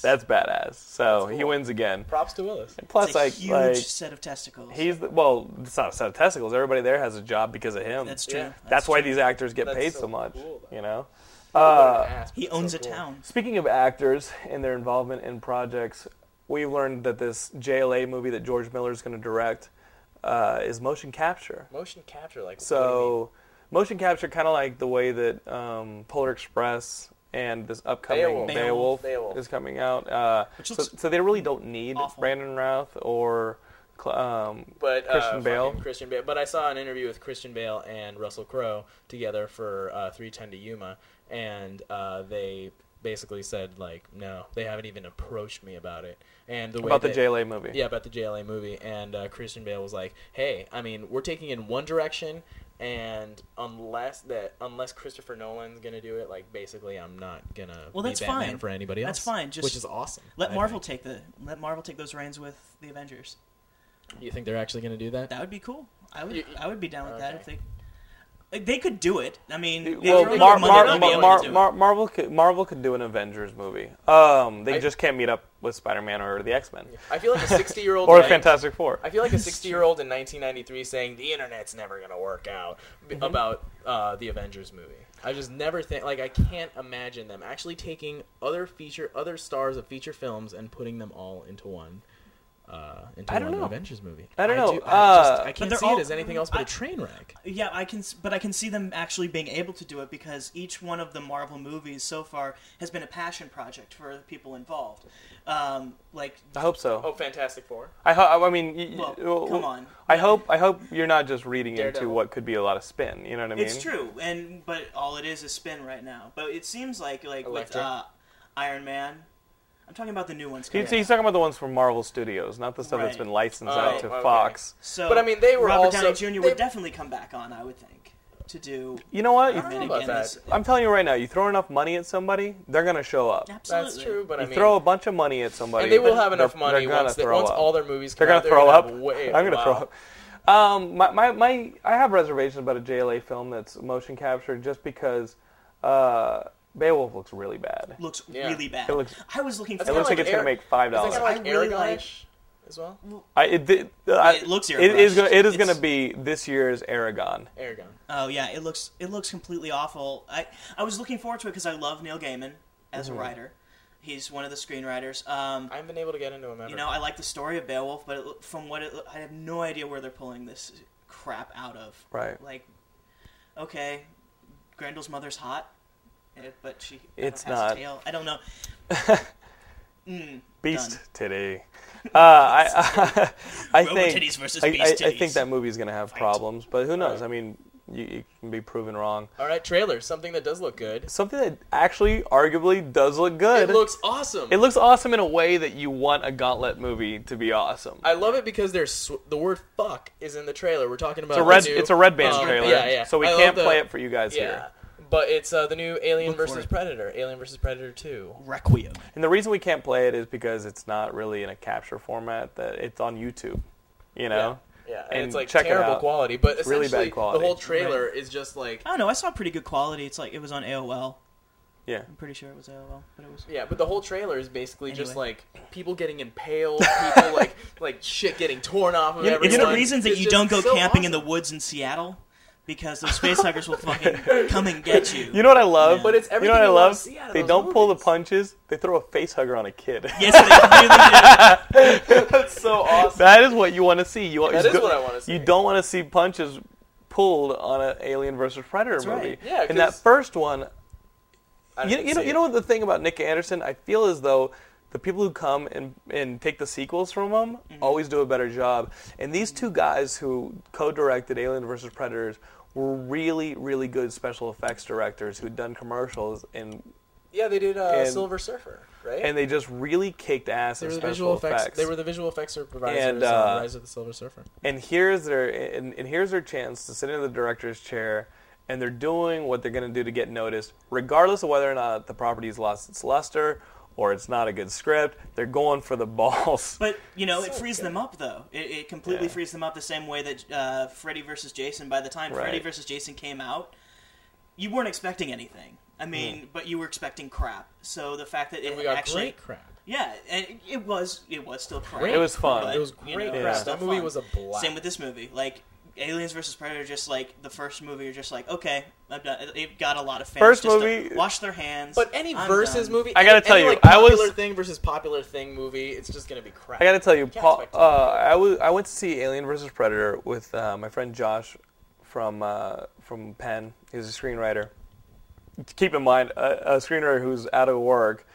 Speaker 3: That's badass. So he wins again.
Speaker 5: Props to Willis.
Speaker 3: Plus,
Speaker 4: It's a
Speaker 3: like,
Speaker 4: huge
Speaker 3: like
Speaker 4: set of testicles.
Speaker 3: He's the, well, it's not a set of testicles. Everybody there has a job because of him.
Speaker 4: That's true.
Speaker 5: Yeah.
Speaker 3: That's, why
Speaker 4: true.
Speaker 3: these actors get
Speaker 5: That's
Speaker 3: paid
Speaker 5: so
Speaker 3: so much.
Speaker 5: cool, though.
Speaker 3: you know. Uh,
Speaker 5: What an ass, but
Speaker 4: he
Speaker 5: it's so
Speaker 4: owns a
Speaker 5: cool.
Speaker 4: town.
Speaker 3: Speaking of actors and their involvement in projects, we learned that this JLA movie that George Miller is going to direct uh, is motion capture.
Speaker 5: Motion capture, like
Speaker 3: So, motion capture, kind of like the way that um, Polar Express and this upcoming
Speaker 5: Beowulf.
Speaker 3: Beowulf,
Speaker 5: Beowulch. Beowulch.
Speaker 3: is coming out. Uh,
Speaker 4: Which
Speaker 3: so,
Speaker 4: looks
Speaker 3: so they really don't need
Speaker 4: awful.
Speaker 3: Brandon Routh or Cl- um,
Speaker 5: but uh,
Speaker 3: Christian Bale.
Speaker 5: fucking Christian Bale. But I saw an interview with Christian Bale and Russell Crowe together for uh, 310 to Yuma, and uh, they basically said like, no, they haven't even approached me about it. And the way
Speaker 3: about the
Speaker 5: that-
Speaker 3: JLA movie.
Speaker 5: Yeah, about the JLA movie, and uh, Christian Bale was like, "Hey, I mean, we're taking it in one direction, and unless that, unless Christopher Nolan's gonna do it, like basically, I'm not gonna
Speaker 4: Well,
Speaker 5: be
Speaker 4: that's
Speaker 5: Batman
Speaker 4: fine.
Speaker 5: for anybody else.
Speaker 4: That's fine, just
Speaker 5: which is awesome.
Speaker 4: Let
Speaker 5: I
Speaker 4: Marvel take
Speaker 5: think.
Speaker 4: the let Marvel take those reins with the Avengers.
Speaker 5: you think they're actually gonna do that?
Speaker 4: That would be cool. I would
Speaker 5: You-
Speaker 4: I would be down with that if they. Like, they could do it. I mean, they
Speaker 3: Well,
Speaker 4: throw
Speaker 3: Mar-
Speaker 4: enough money,
Speaker 3: Mar-
Speaker 4: they'll be able
Speaker 3: Mar- Mar-
Speaker 4: to do it.
Speaker 3: Mar- Marvel could Marvel could do an Avengers movie. Um, they
Speaker 5: I-
Speaker 3: just can't meet up with Spider-Man or the X-Men
Speaker 5: I feel like a 60 year old
Speaker 3: <laughs> or a Fantastic Four.
Speaker 5: I
Speaker 3: <laughs>
Speaker 5: feel like a 60 year old in 1993 saying the internet's never gonna work out b-
Speaker 3: Mm-hmm.
Speaker 5: about uh, the Avengers movie. I just never think like I can't imagine them actually taking other feature other stars of feature films and putting them all into one. Uh, into
Speaker 3: I don't
Speaker 5: one
Speaker 3: know.
Speaker 5: Avengers movie.
Speaker 3: I don't know.
Speaker 5: do- I, just-
Speaker 3: Uh,
Speaker 5: I
Speaker 3: But
Speaker 5: can't
Speaker 4: they're
Speaker 5: see
Speaker 4: all-
Speaker 5: it as anything else but a
Speaker 4: I-
Speaker 5: train wreck.
Speaker 4: Yeah, I can, s- but I can see them actually being able to do it because each one of the Marvel movies so far has been a passion project for the people involved. Um, like,
Speaker 3: I hope so.
Speaker 5: Oh, Fantastic Four.
Speaker 3: I hope. I mean, y- y-
Speaker 4: well, come on.
Speaker 3: I hope. I hope you're not just reading into
Speaker 5: Daredevil.
Speaker 3: what could be a lot of spin. You know what I mean?
Speaker 4: It's true, and but all it is is spin right now. But it seems like like with
Speaker 5: Elektra.
Speaker 4: uh, Iron Man, I'm talking about the new ones.
Speaker 3: He's,
Speaker 4: coming
Speaker 3: he's talking about the ones from Marvel Studios, not the stuff that's
Speaker 4: Right.
Speaker 3: been licensed
Speaker 5: Oh,
Speaker 3: out to
Speaker 5: okay.
Speaker 3: Fox.
Speaker 4: out. So,
Speaker 5: But, I mean, they were
Speaker 4: Robert
Speaker 5: also-
Speaker 4: Downey Jr.
Speaker 5: they-
Speaker 4: would definitely come back on, I would think, to do.
Speaker 3: You know what?
Speaker 4: Iron Man
Speaker 5: know about
Speaker 4: again
Speaker 5: that.
Speaker 4: this-
Speaker 3: I'm telling you right now, you throw enough money at somebody, they're gonna show up.
Speaker 4: absolutely.
Speaker 5: That's true, but
Speaker 3: You
Speaker 5: I mean,
Speaker 3: throw a bunch of money at somebody,
Speaker 5: and they will have
Speaker 3: they're-
Speaker 5: enough
Speaker 3: they're
Speaker 5: money
Speaker 3: gonna
Speaker 5: once, they,
Speaker 3: throw
Speaker 5: once
Speaker 3: up.
Speaker 5: all their movies
Speaker 3: They're
Speaker 5: come
Speaker 3: gonna
Speaker 5: out.
Speaker 3: throw up.
Speaker 5: have way-
Speaker 3: I'm gonna
Speaker 5: wow.
Speaker 3: throw up. Um, my, my, my, I have reservations about a JLA film that's motion captured just because uh, Beowulf looks really bad.
Speaker 4: Looks
Speaker 5: Yeah.
Speaker 4: really bad.
Speaker 3: It looks-
Speaker 4: I was looking.
Speaker 5: That's
Speaker 4: For
Speaker 3: It looks
Speaker 5: kinda
Speaker 3: like it's gonna
Speaker 5: Arag-
Speaker 3: make five
Speaker 5: Is that
Speaker 3: dollars.
Speaker 5: kinda like
Speaker 4: I really like- Mm.
Speaker 5: Aragonish as well?
Speaker 3: I, it, did- I-
Speaker 4: It looks
Speaker 3: It is
Speaker 4: airbrushed.
Speaker 3: gonna. It is
Speaker 4: It's-
Speaker 3: gonna be this year's Aragon.
Speaker 5: Aragon.
Speaker 4: Oh yeah, it looks it looks completely awful. I I was looking forward to it because I love Neil Gaiman as
Speaker 3: Mm-hmm.
Speaker 4: a writer. He's one of the screenwriters. Um,
Speaker 5: I haven't been able to get into him ever.
Speaker 4: you know, I like the story of Beowulf, but it, from what it, I have no idea where they're pulling this crap out of.
Speaker 3: Right.
Speaker 4: Like, okay, Grendel's mother's hot, eh, but she
Speaker 3: It's
Speaker 4: has
Speaker 3: not.
Speaker 4: A tail. I don't know.
Speaker 3: Beast
Speaker 4: Done.
Speaker 3: today. Uh, I, <laughs> I, I
Speaker 4: Robo
Speaker 3: think
Speaker 4: titties versus
Speaker 3: I, I,
Speaker 4: beast
Speaker 3: I think
Speaker 4: titties.
Speaker 3: that movie's gonna have problems, but who knows? I mean, you, you can be proven wrong.
Speaker 5: All right, trailers. Something that does look good.
Speaker 3: Something that actually, arguably, does look good.
Speaker 5: It looks awesome.
Speaker 3: It looks awesome in a way that you want a Gauntlet movie to be awesome.
Speaker 5: I love it because there's sw- the word "fuck" is in the trailer. We're talking about
Speaker 3: it's a red.
Speaker 5: the new-
Speaker 3: It's a red band
Speaker 5: um,
Speaker 3: trailer,
Speaker 5: Yeah, yeah.
Speaker 3: so we
Speaker 5: I love
Speaker 3: can't
Speaker 5: the-
Speaker 3: play it for you guys
Speaker 5: Yeah,
Speaker 3: here.
Speaker 5: but it's uh, the new Alien
Speaker 4: Look for
Speaker 5: versus
Speaker 4: it.
Speaker 5: Predator. Alien versus Predator Two.
Speaker 4: Requiem.
Speaker 3: And the reason we can't play it is because it's not really in a capture format. That it's on YouTube, you know.
Speaker 5: Yeah, yeah. And,
Speaker 3: And
Speaker 5: it's like
Speaker 3: check it
Speaker 5: terrible
Speaker 3: out.
Speaker 5: quality, but
Speaker 3: It's really
Speaker 5: essentially
Speaker 3: bad quality.
Speaker 5: The whole trailer is just like
Speaker 4: I don't know. I saw pretty good quality. It's like it was on AOL.
Speaker 3: Yeah.
Speaker 4: I'm pretty sure it was AOL, but it was.
Speaker 5: yeah, but the whole trailer is basically just
Speaker 4: Anyway.
Speaker 5: like people getting impaled, people like like shit getting torn off of
Speaker 3: You know-
Speaker 5: everyone.
Speaker 4: It's the reasons that
Speaker 5: It's
Speaker 4: you
Speaker 5: just
Speaker 4: don't go
Speaker 5: so
Speaker 4: camping in the
Speaker 5: awesome.
Speaker 4: woods in Seattle because those space huggers will
Speaker 5: <laughs>
Speaker 4: fucking come and get you.
Speaker 3: You know what I love?
Speaker 4: But
Speaker 5: it's
Speaker 3: You know what I
Speaker 5: everything you wanna
Speaker 3: love?
Speaker 5: see out of
Speaker 3: They
Speaker 5: those
Speaker 3: don't pull the
Speaker 5: movies.
Speaker 3: punches. They throw a face hugger on a kid. <laughs>
Speaker 4: yes, they really do.
Speaker 5: That's so awesome.
Speaker 3: That is what you want to see. You that
Speaker 5: is what I wanna see.
Speaker 3: You don't want to see punches pulled on an Alien versus Predator
Speaker 4: right.
Speaker 3: movie.
Speaker 5: Yeah,
Speaker 3: and that
Speaker 5: 'cause-
Speaker 3: first one,
Speaker 5: I
Speaker 3: you,
Speaker 5: didn't
Speaker 3: you know,
Speaker 5: see
Speaker 3: you
Speaker 5: it.
Speaker 3: know what the thing about Nick Anderson. I feel as though the people who come and and take the sequels from him
Speaker 5: Mm-hmm.
Speaker 3: always do a better job. And these two guys who co-directed Alien versus Predators were really, really good special effects directors who'd done commercials and
Speaker 5: Yeah, they did uh,
Speaker 3: And-
Speaker 5: Silver Surfer, right?
Speaker 3: and they just really kicked ass
Speaker 5: they
Speaker 3: in
Speaker 5: were the
Speaker 3: special
Speaker 5: visual effects.
Speaker 3: effects.
Speaker 5: They were the visual effects supervisors
Speaker 3: And,
Speaker 5: and,
Speaker 3: uh,
Speaker 5: on Rise of the Silver Surfer.
Speaker 3: and here's their and, and here's their chance to sit in the director's chair and they're doing what they're going to do to get noticed regardless of whether or not the property's lost its luster or it's not a good script they're going for the <laughs> balls
Speaker 4: But you know, it
Speaker 5: So
Speaker 4: frees
Speaker 5: good.
Speaker 4: them up though. It, it completely
Speaker 3: Yeah.
Speaker 4: frees them up the same way that uh, Freddy versus Jason. By the time Freddy
Speaker 3: Right.
Speaker 4: versus Jason came out, you weren't expecting anything. I mean, but you were expecting crap. So the fact that it
Speaker 5: Hmm. We got
Speaker 4: actually,
Speaker 5: great crap.
Speaker 4: yeah, and it- it was it was still crap.
Speaker 5: Great It
Speaker 3: was fun.
Speaker 4: but,
Speaker 5: It was
Speaker 4: you
Speaker 5: great
Speaker 4: know, it
Speaker 5: crap.
Speaker 4: still
Speaker 5: That movie
Speaker 4: fun.
Speaker 5: was a blast.
Speaker 4: Same with this movie, like. Aliens versus Predator, just like the first movie, you're just like, okay, I've done. It it got a lot of fans.
Speaker 3: First
Speaker 4: just to
Speaker 3: movie-
Speaker 4: wash their hands.
Speaker 5: But any
Speaker 4: I'm
Speaker 5: versus
Speaker 4: done.
Speaker 5: movie,
Speaker 3: I gotta
Speaker 5: any-
Speaker 3: tell
Speaker 5: any,
Speaker 3: you,
Speaker 5: like,
Speaker 3: I was-
Speaker 5: popular thing versus popular thing movie, it's just gonna be crap.
Speaker 3: I gotta tell you,
Speaker 5: Can't
Speaker 3: Paul.
Speaker 5: expect
Speaker 3: Uh,
Speaker 5: it.
Speaker 3: I was I went to see Alien vs Predator with uh, my friend Josh from uh, from Penn. He's a screenwriter. Keep in mind, a, a screenwriter who's out of work,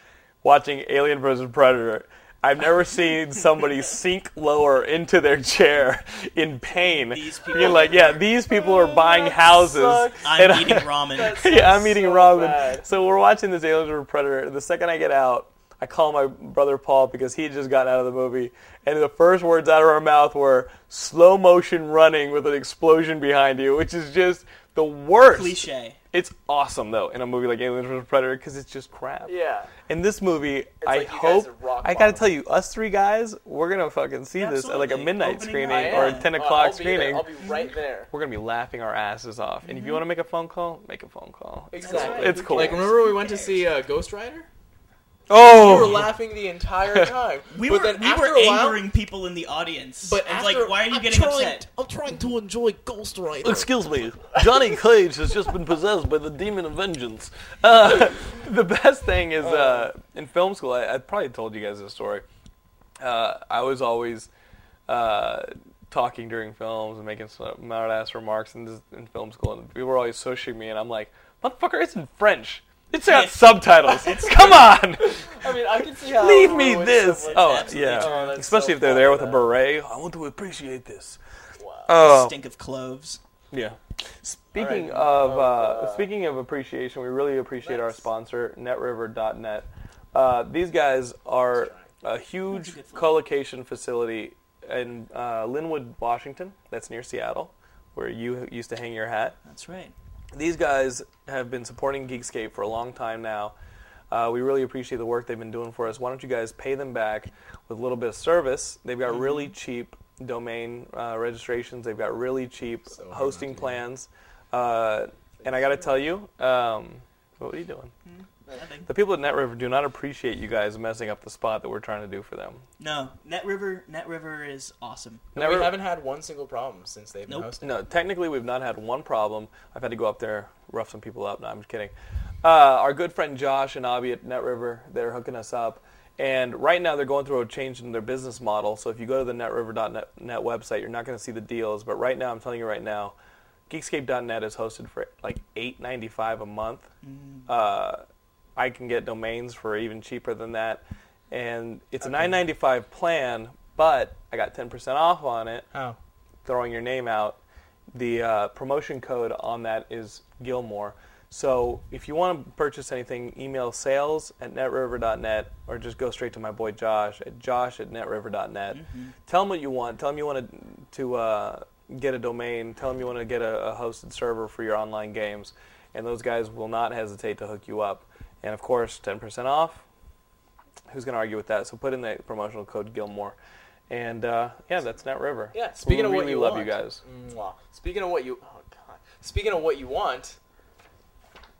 Speaker 3: watching Alien vs Predator. I've
Speaker 5: <laughs>
Speaker 3: never seen somebody sink lower into their chair in pain.
Speaker 4: These
Speaker 3: Being
Speaker 4: people-
Speaker 3: like, yeah, these people are buying
Speaker 5: that
Speaker 3: houses.
Speaker 5: sucks.
Speaker 3: <laughs>
Speaker 4: I'm
Speaker 3: And-
Speaker 4: eating ramen.
Speaker 3: yeah, I'm eating
Speaker 5: so
Speaker 3: ramen.
Speaker 5: bad.
Speaker 3: So we're watching this Aliens vs Predator. The second I get out, I call my brother Paul because he had just gotten out of the movie, and the first words out of our mouth were "slow motion running with an explosion behind you," which is just the worst.
Speaker 4: cliche.
Speaker 3: It's awesome though in a movie like Alien vs Predator because it's just crap.
Speaker 6: Yeah.
Speaker 3: In this movie, I
Speaker 6: like you guys
Speaker 3: hope
Speaker 6: are rock
Speaker 3: I gotta
Speaker 6: bottom.
Speaker 3: tell you, us three guys, we're gonna fucking see this at like a
Speaker 4: Absolutely.
Speaker 3: midnight
Speaker 4: Opening
Speaker 3: screening
Speaker 4: night.
Speaker 3: or
Speaker 6: I
Speaker 3: a
Speaker 6: am.
Speaker 3: ten
Speaker 5: Uh,
Speaker 6: I'll-
Speaker 3: o'clock
Speaker 6: I'll be Mm-hmm. there.
Speaker 3: screening.
Speaker 6: I'll be right there.
Speaker 3: We're gonna be laughing our asses off. And if you want to make a phone call, make a phone call.
Speaker 6: Exactly.
Speaker 3: It's cool.
Speaker 5: Like remember we went to see uh, Ghost Rider? We were
Speaker 3: oh,
Speaker 5: laughing the <laughs> entire time.
Speaker 4: We
Speaker 5: but
Speaker 4: were
Speaker 5: then
Speaker 4: we
Speaker 5: after
Speaker 4: were
Speaker 5: a while,
Speaker 4: angering people in the audience.
Speaker 5: But
Speaker 4: But it's
Speaker 5: after-
Speaker 4: like, why are you
Speaker 5: I'm
Speaker 4: getting
Speaker 5: trying-
Speaker 4: upset?
Speaker 5: I'm trying to enjoy Ghost Rider.
Speaker 1: Excuse me. Johnny Cage has just been possessed by the demon of vengeance.
Speaker 3: Uh, the best thing is uh, in film school. I, I probably told you guys this story. Uh, I was always uh, talking during films and making some out ass remarks in, this, in film school, and people were always pushing me, and I'm like, motherfucker, it's in French. It's got subtitles.
Speaker 6: <laughs>
Speaker 3: Come on,
Speaker 6: I mean, I can see how.
Speaker 3: leave
Speaker 6: it
Speaker 3: me
Speaker 6: ruins
Speaker 3: this.
Speaker 6: someone's
Speaker 3: Oh
Speaker 6: ass.
Speaker 3: yeah,
Speaker 6: Oh, that's
Speaker 3: especially
Speaker 6: so
Speaker 3: if they're there with
Speaker 6: funny,
Speaker 3: a beret. I want to appreciate this.
Speaker 6: Wow.
Speaker 3: Oh,
Speaker 4: Stink of cloves.
Speaker 3: Yeah.
Speaker 6: Alright.
Speaker 3: Speaking of uh,
Speaker 6: uh,
Speaker 3: speaking of appreciation, we really appreciate our
Speaker 4: Let's-
Speaker 3: sponsor, NetRiver.net. Uh, these guys are a
Speaker 4: That's a
Speaker 3: huge
Speaker 4: good flip.
Speaker 3: co-location facility in uh, Linwood, Washington. That's near Seattle, where you used to hang your hat
Speaker 4: That's right.
Speaker 3: these guys have been supporting Geekscape for a long time now. Uh, we really appreciate the work they've been doing for us. Why don't you guys pay them back with a little bit of service? They've got
Speaker 5: Mm-hmm.
Speaker 3: really cheap domain uh, registrations. They've got really cheap
Speaker 5: So hard not
Speaker 3: hosting
Speaker 5: to do.
Speaker 3: plans. Uh, and I got to tell you, um, what are you doing?
Speaker 5: Hmm.
Speaker 4: Nothing.
Speaker 3: The people at NetRiver do not appreciate you guys messing up the spot that we're trying to do for them.
Speaker 4: No, NetRiver NetRiver is awesome.
Speaker 5: And we
Speaker 3: Never-
Speaker 5: haven't had one single problem since they've been
Speaker 4: Nope.
Speaker 5: hosting.
Speaker 3: No, technically we've not had one problem. I've had to go up there, rough some people up. No, I'm just kidding. Uh, our good friend Josh and Abby at NetRiver, they're hooking us up. And right now they're going through a change in their business model. So if you go to the netriver.net net website, you're not going to see the deals. But right now, I'm telling you right now, Geekscape.net is hosted for like $8.95 a month. Uh, I can get domains for even cheaper than that, and it's a $9.95 plan. But I got 10% off on it
Speaker 5: Oh.
Speaker 3: throwing your name out, the uh, promotion code on that is Gilmore. So if you want to purchase anything, email sales at netriver.net or just go straight to my boy Josh at josh at netriver.net.
Speaker 5: Mm-hmm.
Speaker 3: Tell him what you want. Tell him you want to, to uh, get a domain. Tell him you want to get a, a hosted server for your online games. And those guys will not hesitate to hook you up. And of course, 10% off. Who's going to argue with that? So put in the promotional code Gilmore. And uh, yeah, that's NetRiver.
Speaker 5: Yeah. Speaking of
Speaker 3: we
Speaker 5: what
Speaker 3: really
Speaker 5: you
Speaker 3: love
Speaker 5: want,
Speaker 3: you guys.
Speaker 5: Mwah. Speaking of what you, oh god. Speaking of what you want,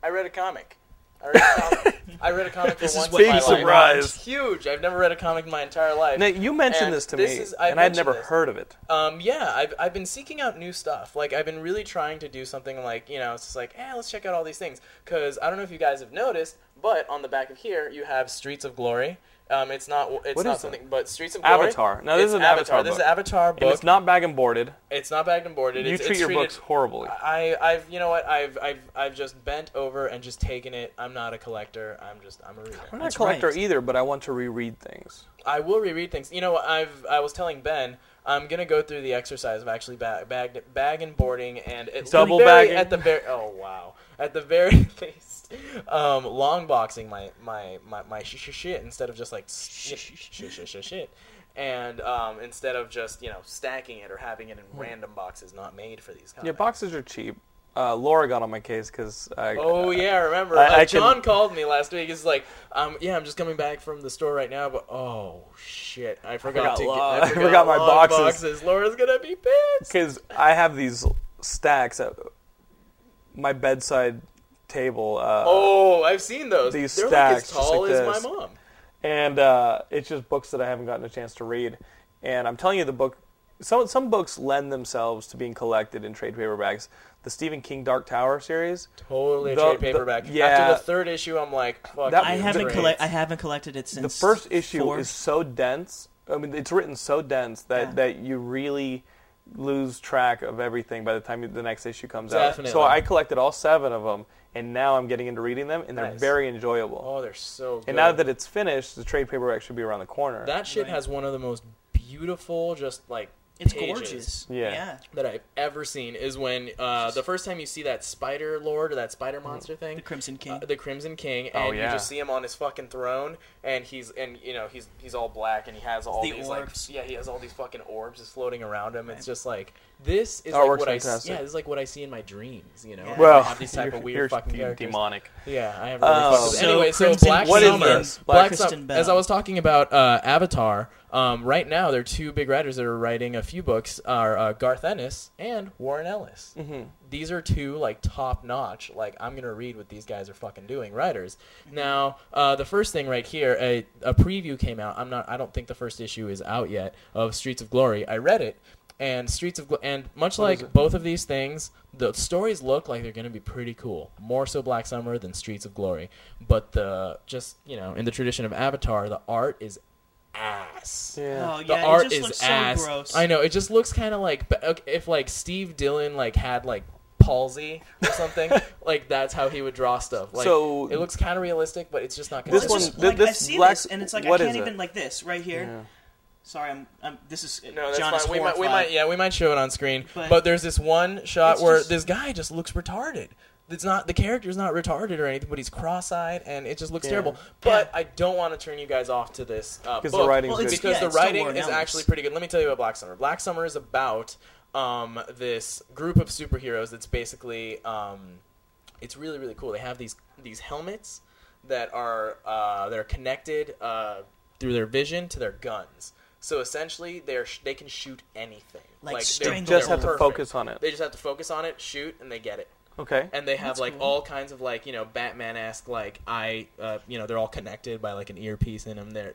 Speaker 5: I read a comic. I read <laughs> a comic. I read a comic for
Speaker 4: This is
Speaker 5: once
Speaker 4: what
Speaker 5: in my
Speaker 4: you
Speaker 5: life.
Speaker 3: surprise.
Speaker 5: It's huge. I've never read a comic in my entire life.
Speaker 3: Now, you mentioned
Speaker 5: And
Speaker 3: this to
Speaker 5: this
Speaker 3: me,
Speaker 5: is- I've
Speaker 3: and I'd
Speaker 5: mentioned
Speaker 3: never
Speaker 5: this.
Speaker 3: heard of it.
Speaker 5: Um, yeah, I've, I've been seeking out new stuff. Like, I've been really trying to do something like, you know, it's just like, eh, let's check out all these things. Because I don't know if you guys have noticed, but on the back of here, you have Streets of Glory. Um, it's not, it's
Speaker 3: What is
Speaker 5: not
Speaker 3: that?
Speaker 5: something, but Streets of Glory.
Speaker 3: Avatar. No, this
Speaker 5: It's
Speaker 3: is an Avatar
Speaker 5: This is
Speaker 3: book.
Speaker 5: an Avatar
Speaker 3: And
Speaker 5: book.
Speaker 3: it's not bag and boarded.
Speaker 5: It's not bagged and boarded.
Speaker 3: You
Speaker 5: it's,
Speaker 3: treat
Speaker 5: it's
Speaker 3: your
Speaker 5: treated-
Speaker 3: books horribly.
Speaker 5: I, I've, you know what? I've, I've, I've just bent over and just taken it. I'm not a collector. I'm just, I'm a reader.
Speaker 3: I'm not a
Speaker 4: That's
Speaker 3: collector
Speaker 4: right.
Speaker 3: either, but I want to reread things.
Speaker 5: I will reread things. You know, I've I was telling Ben I'm gonna go through the exercise of actually bag bag, bag and boarding and at
Speaker 3: Double
Speaker 5: the very-
Speaker 3: bagging?
Speaker 5: at the very oh wow at the very <laughs> least um, long boxing my my my, my sh- sh- shit instead of just like sh- sh- sh- sh- shit and um, instead of just you know stacking it or having it in random boxes not made for these kinds.
Speaker 3: Yeah, boxes are cheap. Uh, Laura got on my case because I.
Speaker 5: Oh yeah, I remember.
Speaker 3: I-
Speaker 5: Uh,
Speaker 3: I can-
Speaker 5: John called me last week. He's like, um, "Yeah, I'm just coming back from the store right now, but oh shit, I
Speaker 3: forgot
Speaker 5: forgot, to
Speaker 3: law- <laughs>
Speaker 5: get,
Speaker 3: I forgot my
Speaker 5: law
Speaker 3: boxes."
Speaker 5: Laura's gonna be pissed.
Speaker 3: Because I have these stacks at my bedside table. Uh,
Speaker 5: Oh, I've seen those.
Speaker 3: These
Speaker 5: They're like
Speaker 3: stacks,
Speaker 5: as
Speaker 3: just
Speaker 5: tall
Speaker 3: like
Speaker 5: as my
Speaker 3: this.
Speaker 5: mom.
Speaker 3: and uh, it's just books that I haven't gotten a chance to read. And I'm telling you, the book, some some books lend themselves to being collected in trade paperbacks. The Stephen King Dark Tower series,
Speaker 5: Totally a
Speaker 3: The-
Speaker 5: trade
Speaker 3: the-
Speaker 5: paperback.
Speaker 3: yeah.
Speaker 5: After the third issue, I'm like, fuck.
Speaker 3: That-
Speaker 5: this
Speaker 4: I
Speaker 5: is
Speaker 4: haven't
Speaker 5: great.
Speaker 4: collect I haven't collected it since
Speaker 3: the first issue
Speaker 4: four.
Speaker 3: is so dense. I mean, it's written so dense that
Speaker 4: Yeah.
Speaker 3: that you really lose track of everything by the time the next issue comes out. So
Speaker 5: Definitely.
Speaker 3: I collected all seven of them, and now I'm getting into reading them, and they're
Speaker 5: Nice.
Speaker 3: very enjoyable.
Speaker 5: Oh, they're so. Good.
Speaker 3: and now that it's finished, the trade paperback should be around the corner.
Speaker 5: that shit
Speaker 4: Right.
Speaker 5: has one of the most beautiful, just like
Speaker 4: It's
Speaker 5: pages
Speaker 4: gorgeous.
Speaker 3: Yeah.
Speaker 5: that I've ever seen is when uh, the first time you see that spider lord or that
Speaker 4: Mm.
Speaker 5: spider monster thing.
Speaker 4: The Crimson King.
Speaker 5: uh, the Crimson King,
Speaker 3: Oh,
Speaker 5: and
Speaker 3: yeah.
Speaker 5: you just see him on his fucking throne, and he's and you know he's he's all black, and he has all
Speaker 4: The
Speaker 5: these
Speaker 4: orbs.
Speaker 5: like yeah, he has all these fucking orbs just floating around him. It's just like this is like
Speaker 3: Artwork's
Speaker 5: what I s-
Speaker 3: fantastic.
Speaker 5: yeah, this is like what I see in my dreams, you know.
Speaker 4: Yeah.
Speaker 5: I
Speaker 3: Well,
Speaker 5: have these type
Speaker 3: you're-
Speaker 5: of weird
Speaker 3: you're
Speaker 5: fucking
Speaker 3: de-
Speaker 5: characters.
Speaker 3: demonic.
Speaker 5: Yeah, I have really
Speaker 3: Oh.
Speaker 5: fucked with it.
Speaker 4: So
Speaker 5: anyway, so
Speaker 4: Crimson
Speaker 5: Black
Speaker 3: What is
Speaker 5: Summer,
Speaker 3: this?
Speaker 5: Black
Speaker 4: Kristen
Speaker 5: Sum-
Speaker 4: Bell.
Speaker 5: as I was talking about uh, Avatar, um, right now there are two big writers that are writing a few books are uh, Garth Ennis and Warren Ellis. These are two like top notch. Like I'm gonna read what these guys are fucking doing. Writers. Now, uh, the first thing right here, a, a preview came out. I'm not. I don't think the first issue is out yet of Streets of Glory. I read it. And Streets of Gl- and much like both of these things, the stories look like they're going to be pretty cool. More so Black Summer than Streets of Glory, but the just you know in the tradition of Avatar, the art is ass.
Speaker 3: Yeah.
Speaker 4: Oh
Speaker 5: The
Speaker 4: yeah,
Speaker 5: art
Speaker 4: it just
Speaker 5: is
Speaker 4: looks
Speaker 5: ass.
Speaker 4: so gross.
Speaker 5: I know it just looks kind of like ba- ok- if like Steve Dillon like had like palsy
Speaker 4: <laughs>
Speaker 5: or something. like that's how he would draw stuff. Like,
Speaker 3: So-
Speaker 5: it looks kind of realistic, but it's just not.
Speaker 3: This
Speaker 5: This
Speaker 4: It's
Speaker 3: one-
Speaker 5: one,
Speaker 4: just
Speaker 3: thi-
Speaker 4: like,
Speaker 3: this
Speaker 4: I've seen
Speaker 3: black-
Speaker 4: this, and it's like
Speaker 3: what
Speaker 4: I
Speaker 3: is
Speaker 4: can't
Speaker 3: it?
Speaker 4: even like this right here. Sorry, I'm, I'm. This is
Speaker 5: no, that's
Speaker 4: John is
Speaker 5: fine. We might, we
Speaker 4: horrified.
Speaker 5: might, yeah, we might show it on screen.
Speaker 4: But-
Speaker 5: But, there's this one shot
Speaker 4: It's
Speaker 5: where
Speaker 4: just-
Speaker 5: this guy just looks retarded. It's not the character's not retarded or anything, but he's cross-eyed and it just looks
Speaker 3: Yeah.
Speaker 5: terrible. But
Speaker 4: Yeah.
Speaker 5: I don't want to turn you guys off to this uh,
Speaker 3: Because the
Speaker 5: book.
Speaker 3: writing's
Speaker 4: Well, it's-
Speaker 3: good.
Speaker 5: because
Speaker 4: yeah,
Speaker 5: the
Speaker 4: still
Speaker 5: writing
Speaker 4: Warren
Speaker 5: is
Speaker 4: Ellis.
Speaker 5: actually pretty good. Let me tell you about Black Summer. Black Summer is about um, this group of superheroes that's basically um, it's really really cool. They have these these helmets that are uh, they're connected uh, through their vision to their guns. So essentially, they're sh- they can shoot anything.
Speaker 4: Like
Speaker 5: they're-
Speaker 4: stranglehold.
Speaker 5: they're
Speaker 3: Just have to
Speaker 5: perfect.
Speaker 3: focus on it.
Speaker 5: They just have to focus on it, shoot, and they get it
Speaker 3: Oh, Okay.
Speaker 5: and they have
Speaker 4: That's
Speaker 5: like
Speaker 4: cool.
Speaker 5: all kinds of like you know Batman esque like I uh, you know they're all connected by like an earpiece in them. They're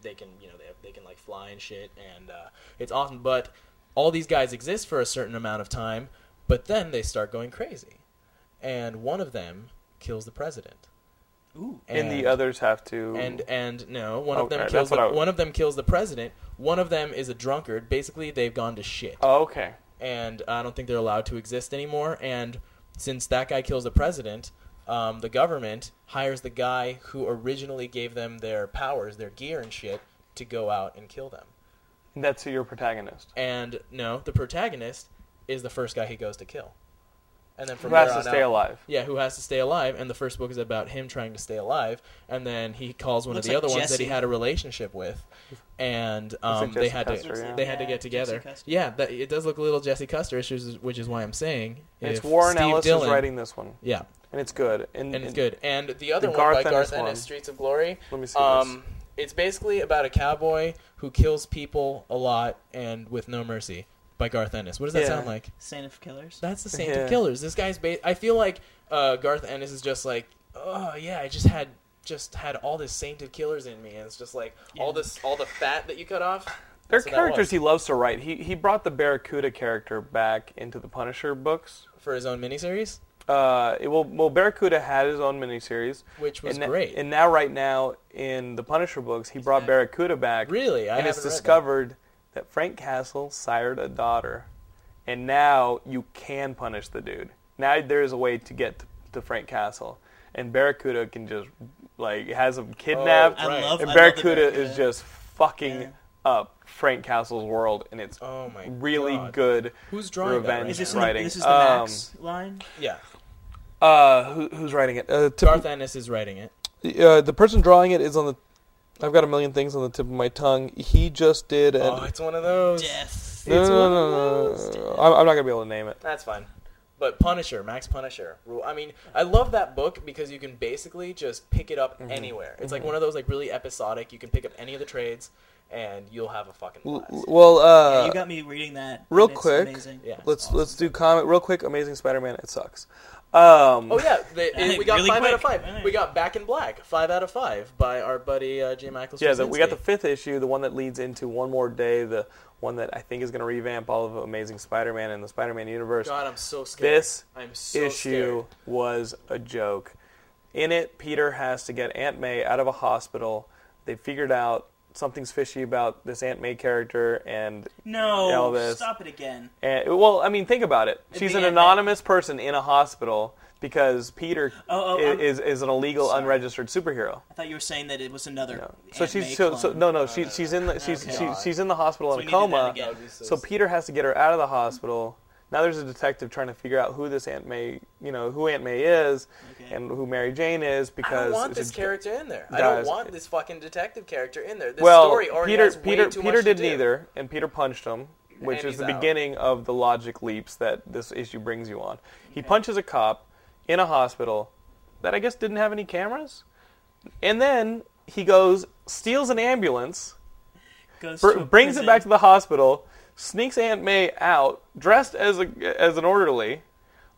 Speaker 5: they can you know they they can like fly and shit and uh, it's awesome. But all these guys exist for a certain amount of time, but then they start going crazy, and one of them kills the president.
Speaker 4: Ooh.
Speaker 3: And, the
Speaker 5: other
Speaker 3: others have to.
Speaker 5: and and no, one of
Speaker 3: Okay,
Speaker 5: them
Speaker 3: that's
Speaker 5: kills
Speaker 3: what
Speaker 5: the,
Speaker 3: I was-
Speaker 5: one of them kills the president. One of them is a drunkard. Basically, they've gone to shit
Speaker 3: oh, okay.
Speaker 5: and I don't think they're allowed to exist anymore. And since that guy kills the president, um, the government hires the guy who originally gave them their powers, their gear and shit, to go out and kill them.
Speaker 3: And that's your protagonist.
Speaker 5: And no, the protagonist is the first guy he goes to kill. And then from
Speaker 3: Who has
Speaker 5: there
Speaker 3: to
Speaker 5: on
Speaker 3: stay
Speaker 5: out-
Speaker 3: alive?
Speaker 5: Yeah, who has to stay alive? And the first book is about him trying to stay alive. And then he calls one
Speaker 4: Looks
Speaker 5: of the
Speaker 4: like
Speaker 5: other ones that
Speaker 4: Jesse.
Speaker 5: he had a relationship with, and um, they
Speaker 3: Jesse
Speaker 5: had
Speaker 3: Custer,
Speaker 5: to
Speaker 3: yeah.
Speaker 5: they had to
Speaker 4: Yeah,
Speaker 5: get together.
Speaker 4: Jesse Custer.
Speaker 5: Yeah, that, it does look a little Jesse Custer, which is which is why I'm saying
Speaker 3: And it's
Speaker 5: if
Speaker 3: Warren
Speaker 5: Steve
Speaker 3: Ellis
Speaker 5: Dillon-
Speaker 3: is writing this one,
Speaker 5: Yeah,
Speaker 3: and it's good. And,
Speaker 5: and it's good. And the other
Speaker 3: The
Speaker 5: one by
Speaker 3: Garth Ennis
Speaker 5: Garth
Speaker 3: one.
Speaker 5: Ennis, Streets of Glory.
Speaker 3: Let me see
Speaker 5: Um, it's basically about a cowboy who kills people a lot and with no mercy by Garth Ennis. What does that
Speaker 3: Yeah.
Speaker 5: sound like?
Speaker 4: Saint of Killers.
Speaker 5: That's the Saint
Speaker 3: Yeah.
Speaker 5: of Killers. This guy's. Ba- I feel like uh, Garth Ennis is just like, oh yeah, I just had just had all this Saint of Killers in me, and it's just like all this all the fat that you cut off.
Speaker 3: There are
Speaker 5: that's what that
Speaker 3: characters
Speaker 5: was.
Speaker 3: he loves to write. He he brought the Barracuda character back into the Punisher books.
Speaker 5: for his own miniseries,
Speaker 3: Uh, it, well, well, Barracuda had his own miniseries,
Speaker 5: which was
Speaker 3: and na-
Speaker 5: great.
Speaker 3: and now, right now, in the Punisher books, he brought
Speaker 4: that-
Speaker 3: Barracuda back.
Speaker 5: Really? I
Speaker 3: and it's
Speaker 5: haven't read that.
Speaker 3: discovered that. Frank Castle sired a daughter, and now you can punish the dude. Now there is a way to get to, to Frank Castle, and Barracuda can just like has him kidnapped,
Speaker 4: I
Speaker 5: Oh, Right.
Speaker 4: love.
Speaker 3: and
Speaker 4: I love the
Speaker 3: Barracuda, is just fucking
Speaker 4: Yeah.
Speaker 3: up Frank Castle's world, and it's
Speaker 5: oh my,
Speaker 3: really
Speaker 5: God.
Speaker 3: good.
Speaker 5: Who's drawing that
Speaker 3: revenge
Speaker 5: right
Speaker 4: Is this, in
Speaker 5: now?
Speaker 4: the,
Speaker 3: writing.
Speaker 4: this is the
Speaker 3: Um,
Speaker 4: Max line?
Speaker 5: Yeah,
Speaker 3: Uh, who, who's writing it? Uh,
Speaker 5: Garth Ennis is writing it.
Speaker 3: uh, the person drawing it is on the. I've got a million things on the tip of my tongue. He just did. An,
Speaker 5: Oh, it's one of those.
Speaker 4: Death.
Speaker 3: no,
Speaker 5: it's
Speaker 3: no,
Speaker 5: one
Speaker 3: no,
Speaker 5: of
Speaker 3: no, no,
Speaker 5: those.
Speaker 3: no, no. I'm, I'm not gonna be able to name it.
Speaker 5: That's fine. But Punisher, Max Punisher. Rule- I mean, I love that book because you can basically just pick it
Speaker 3: Mm-hmm.
Speaker 5: up anywhere. It's like one of those like really episodic. You can pick up any of the trades, and you'll have a fucking blast.
Speaker 3: L- well, uh,
Speaker 4: yeah, you got me reading that. and
Speaker 3: real
Speaker 4: it's
Speaker 3: quick,
Speaker 4: Amazing.
Speaker 5: Yeah.
Speaker 3: let's
Speaker 4: Awesome.
Speaker 3: let's do comment real quick. Amazing Spider-Man. It sucks. Um,
Speaker 5: Oh yeah,
Speaker 3: <laughs>
Speaker 5: they,
Speaker 4: Hey,
Speaker 5: we got
Speaker 4: really
Speaker 5: five out of
Speaker 4: quick.
Speaker 5: five. We got Back in Black, five out of five by our buddy uh, J. Michael.
Speaker 3: yeah. The, we got the
Speaker 5: Straczynski.
Speaker 3: fifth issue, the one that leads into One More Day, the one that I think is gonna revamp all of Amazing Spider-Man and the Spider-Man universe.
Speaker 5: God, I'm so scared.
Speaker 3: This
Speaker 5: I'm so
Speaker 3: issue was a joke. In it, Peter has to get Aunt May out of a hospital. They figured out something's fishy about this Aunt May character, and,
Speaker 4: No,
Speaker 3: Elvis.
Speaker 4: stop it again.
Speaker 3: and well, I mean, think about it. She's
Speaker 5: the
Speaker 3: an
Speaker 5: Aunt May.
Speaker 3: anonymous person in a hospital because Peter
Speaker 4: Oh, oh,
Speaker 3: i-
Speaker 4: I'm-
Speaker 3: is, is an illegal,
Speaker 4: Sorry.
Speaker 3: unregistered superhero.
Speaker 4: I thought you were saying that it was another.
Speaker 3: No. So
Speaker 4: anime
Speaker 3: she's so, so
Speaker 4: clone.
Speaker 3: no no she, she's in the, she's
Speaker 4: Okay.
Speaker 3: she, she's in the hospital
Speaker 4: So we
Speaker 3: in
Speaker 4: need to do that
Speaker 3: coma.
Speaker 4: again.
Speaker 5: That'd be so
Speaker 3: So Peter has to get her out of the hospital. Now there's a detective trying to figure out who this Aunt May, you know, who Aunt May is,
Speaker 4: Okay.
Speaker 3: and who Mary Jane is
Speaker 5: I
Speaker 3: because
Speaker 5: don't want
Speaker 3: it's a
Speaker 5: this
Speaker 3: j-
Speaker 5: character in there. I don't
Speaker 3: Guys.
Speaker 5: want this fucking detective character in there. This
Speaker 3: well,
Speaker 5: story already
Speaker 3: Peter
Speaker 5: has way
Speaker 3: Peter
Speaker 5: too
Speaker 3: Peter
Speaker 5: much
Speaker 3: did
Speaker 5: to do.
Speaker 3: neither, and Peter punched him, which
Speaker 5: And
Speaker 3: is
Speaker 5: he's
Speaker 3: the
Speaker 5: out.
Speaker 3: beginning of the logic leaps that this issue brings you on. He punches a cop in a hospital that I guess didn't have any cameras, and then he goes steals an ambulance.
Speaker 4: Goes
Speaker 3: Br-
Speaker 4: to a
Speaker 3: brings it
Speaker 4: prison.
Speaker 3: back to the hospital, sneaks Aunt May out dressed as a as an orderly,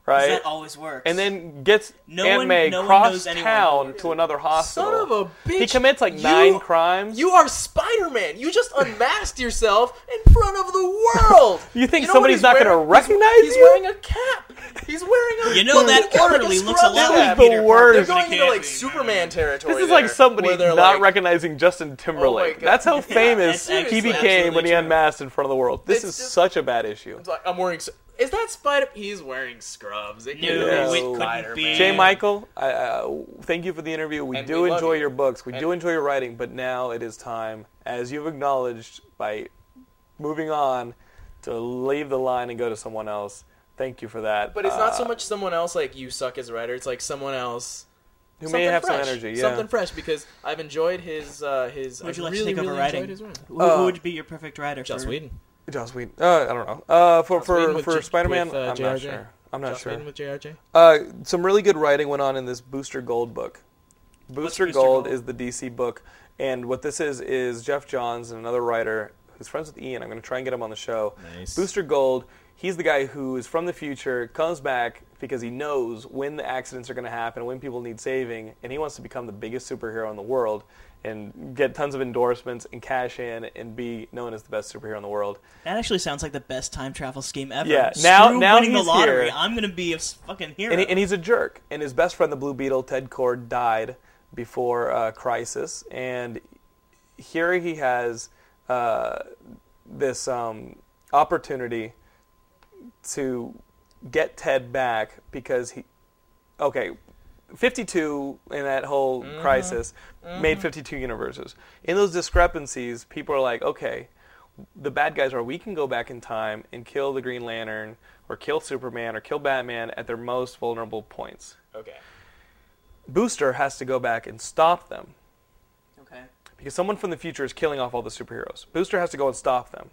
Speaker 3: right?
Speaker 4: That always works.
Speaker 3: and then gets
Speaker 4: No
Speaker 3: Aunt
Speaker 4: one-
Speaker 3: May
Speaker 4: no one
Speaker 3: cross
Speaker 4: knows anyone.
Speaker 3: town to another hospital.
Speaker 5: Son of a bitch!
Speaker 3: He commits like
Speaker 5: You-
Speaker 3: nine crimes.
Speaker 5: You are Spider Man. You just unmasked yourself in front of the world.
Speaker 3: <laughs> You think
Speaker 5: know
Speaker 3: somebody's
Speaker 5: what
Speaker 3: not
Speaker 5: he's
Speaker 3: gonna
Speaker 5: wearing? He's-
Speaker 3: recognize
Speaker 5: he's,
Speaker 3: you?
Speaker 5: wearing a cap. He's wearing a.
Speaker 4: You know that
Speaker 5: he's got, like,
Speaker 4: orderly
Speaker 5: a
Speaker 4: looks a
Speaker 5: scrub
Speaker 4: lot
Speaker 5: cap.
Speaker 3: That
Speaker 4: like
Speaker 3: was the
Speaker 4: Peter Parker.
Speaker 5: They're
Speaker 3: worst.
Speaker 5: going into like
Speaker 4: Can't be.
Speaker 5: Superman territory.
Speaker 3: This is
Speaker 5: there,
Speaker 3: like somebody
Speaker 5: where they're
Speaker 3: not
Speaker 5: like, Oh
Speaker 3: recognizing Justin Timberlake.
Speaker 5: God.
Speaker 3: that's how
Speaker 5: Yeah,
Speaker 3: famous
Speaker 4: that's
Speaker 3: he
Speaker 4: actually
Speaker 3: became when he
Speaker 5: absolutely true.
Speaker 3: unmasked in front of the world. This
Speaker 5: It's
Speaker 3: is
Speaker 5: just-
Speaker 3: such a bad issue.
Speaker 5: It's like, I'm wearing. s- Is that Spider? He's wearing scrubs. It
Speaker 4: No,
Speaker 5: can't
Speaker 3: it
Speaker 5: be
Speaker 3: couldn't
Speaker 5: Spider-Man.
Speaker 4: be.
Speaker 3: Jay Michael, I, uh, thank you for the interview. We
Speaker 5: And
Speaker 3: do
Speaker 5: we love
Speaker 3: enjoy
Speaker 5: you.
Speaker 3: your books. We do
Speaker 5: And-
Speaker 3: enjoy your writing, but now it is time, as you've acknowledged by moving on, to leave the line and go to someone else. Thank you for that.
Speaker 5: But it's not so
Speaker 3: Uh,
Speaker 5: much someone else like you suck as a writer. It's like someone else
Speaker 3: who may
Speaker 5: something
Speaker 3: have
Speaker 5: fresh,
Speaker 3: some energy. Yeah.
Speaker 5: Something fresh because I've enjoyed his uh, his.
Speaker 4: Would you
Speaker 5: I
Speaker 4: like to
Speaker 5: really,
Speaker 4: think of a
Speaker 5: really
Speaker 4: writing?
Speaker 5: enjoyed his writing.
Speaker 4: who,
Speaker 3: Uh,
Speaker 4: who would be your perfect writer?
Speaker 5: Joss
Speaker 4: for,
Speaker 5: Whedon.
Speaker 3: Joss Whedon. Uh, I don't know. Uh, for
Speaker 5: Joss Whedon
Speaker 3: for,
Speaker 5: with
Speaker 3: for
Speaker 5: J-
Speaker 3: Spider Man,
Speaker 5: with, uh,
Speaker 3: I'm not
Speaker 5: JRJ.
Speaker 3: sure. I'm not
Speaker 5: Joss
Speaker 3: sure.
Speaker 5: Whedon with JRJ.
Speaker 3: Uh, some really good writing went on in this Booster Gold book. Booster,
Speaker 4: Booster
Speaker 3: Gold,
Speaker 4: Gold?
Speaker 3: is the DC book, and what this is is Jeff Johns and another writer who's friends with Ian. I'm going to try and get him on the show.
Speaker 5: Nice.
Speaker 3: Booster Gold. He's the guy who is from the future, comes back because he knows when the accidents are going to happen, when people need saving, and he wants to become the biggest superhero in the world and get tons of endorsements and cash in and be known as the best superhero in the world.
Speaker 4: That actually sounds like the best time travel scheme ever.
Speaker 3: Yeah, now-
Speaker 4: Screw
Speaker 3: now
Speaker 4: winning the
Speaker 3: he's
Speaker 4: lottery.
Speaker 3: here.
Speaker 4: I'm gonna be a s- fucking hero.
Speaker 3: And, he, and he's a jerk. And his best friend, the Blue Beetle, Ted Cord, died before uh, Crisis. And here he has uh, this um, opportunity to get Ted back because he. Okay, 52 in that whole crisis made 52 universes. In those discrepancies, people are like, okay, the bad guys are we can go back in time and kill the Green Lantern or kill Superman or kill Batman at their most vulnerable points.
Speaker 5: Okay.
Speaker 3: Booster has to go back and stop them uh,
Speaker 4: okay.
Speaker 3: because someone from the future is killing off all the superheroes. Booster has to go and stop them.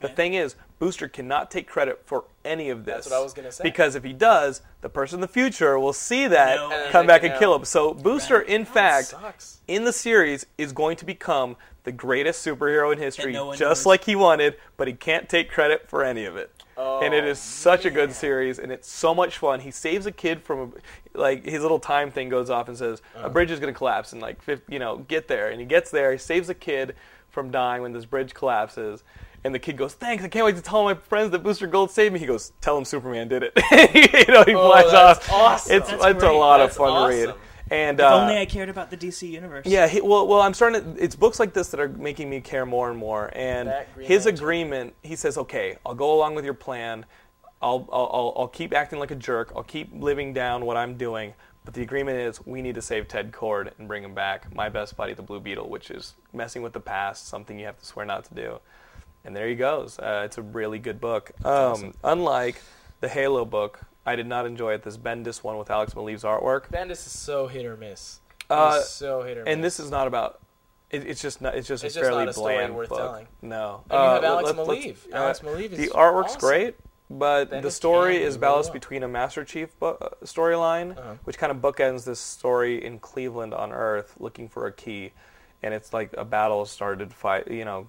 Speaker 3: The
Speaker 4: Okay.
Speaker 3: thing is, Booster cannot take credit for any of this.
Speaker 5: That's what I was gonna say.
Speaker 3: Because if he does, the person in the future will see that,
Speaker 4: No.
Speaker 5: And
Speaker 3: come
Speaker 5: they
Speaker 3: back
Speaker 5: can
Speaker 3: and
Speaker 5: know.
Speaker 3: kill him. So Booster,
Speaker 4: Right.
Speaker 3: in
Speaker 5: That
Speaker 3: fact,
Speaker 5: sucks.
Speaker 3: in the series is going to become the greatest superhero in history,
Speaker 4: no one
Speaker 3: just
Speaker 4: knows.
Speaker 3: like he wanted, but he can't take credit for any of it.
Speaker 5: Oh,
Speaker 3: and it is such a good series, and it's so much fun. He saves a kid from, a, like his little time thing goes off and says
Speaker 5: Uh-huh.
Speaker 3: a bridge is going to collapse, and like fif- you know get there, and he gets there. He saves a kid from dying when this bridge collapses. And the kid goes, thanks. I can't wait to tell my friends that Booster Gold saved me. He goes, tell him Superman did it. <laughs> you know, he flies
Speaker 5: Oh, that's
Speaker 3: off.
Speaker 5: awesome.
Speaker 3: It's,
Speaker 4: That's
Speaker 3: it's a
Speaker 4: great.
Speaker 3: lot of
Speaker 5: That's
Speaker 3: fun to read.
Speaker 5: awesome.
Speaker 3: And
Speaker 4: If
Speaker 3: uh,
Speaker 4: only I cared about the DC universe.
Speaker 3: yeah, he, well, well, I'm starting to. It's books like this that are making me care more and more. And
Speaker 5: That Green
Speaker 3: his
Speaker 5: Lantern.
Speaker 3: agreement, he says, "Okay, I'll go along with your plan. I'll, I'll, I'll, I'll keep acting like a jerk. I'll keep living down what I'm doing." But the agreement is, we need to save Ted Cord and bring him back. My best buddy, the Blue Beetle, which is messing with the past, something you have to swear not to do. And there he goes. Uh, it's a really good book. Um, Unlike the Halo book, I did not enjoy it. This Bendis one with Alex Maleev's artwork.
Speaker 5: Bendis is so hit or miss.
Speaker 3: Uh,
Speaker 5: He's so hit or miss.
Speaker 3: And this is not about. It, it's just not. It's just
Speaker 5: It's
Speaker 3: a
Speaker 5: just
Speaker 3: fairly
Speaker 5: not a story
Speaker 3: bland
Speaker 5: worth
Speaker 3: book.
Speaker 5: telling.
Speaker 3: No.
Speaker 5: And you have
Speaker 3: Uh,
Speaker 5: Alex
Speaker 3: let's- let's- uh,
Speaker 5: Maleev. Alex Maleev
Speaker 3: The
Speaker 5: is
Speaker 3: artwork's
Speaker 5: awesome.
Speaker 3: great, but the
Speaker 5: Bendis
Speaker 3: story
Speaker 5: can
Speaker 3: is
Speaker 5: do
Speaker 3: balanced
Speaker 5: well.
Speaker 3: between a Master Chief bu- uh, storyline,
Speaker 5: Uh-huh.
Speaker 3: which kind of bookends this story in Cleveland on Earth, looking for a key, and it's like a battle started fight. You know.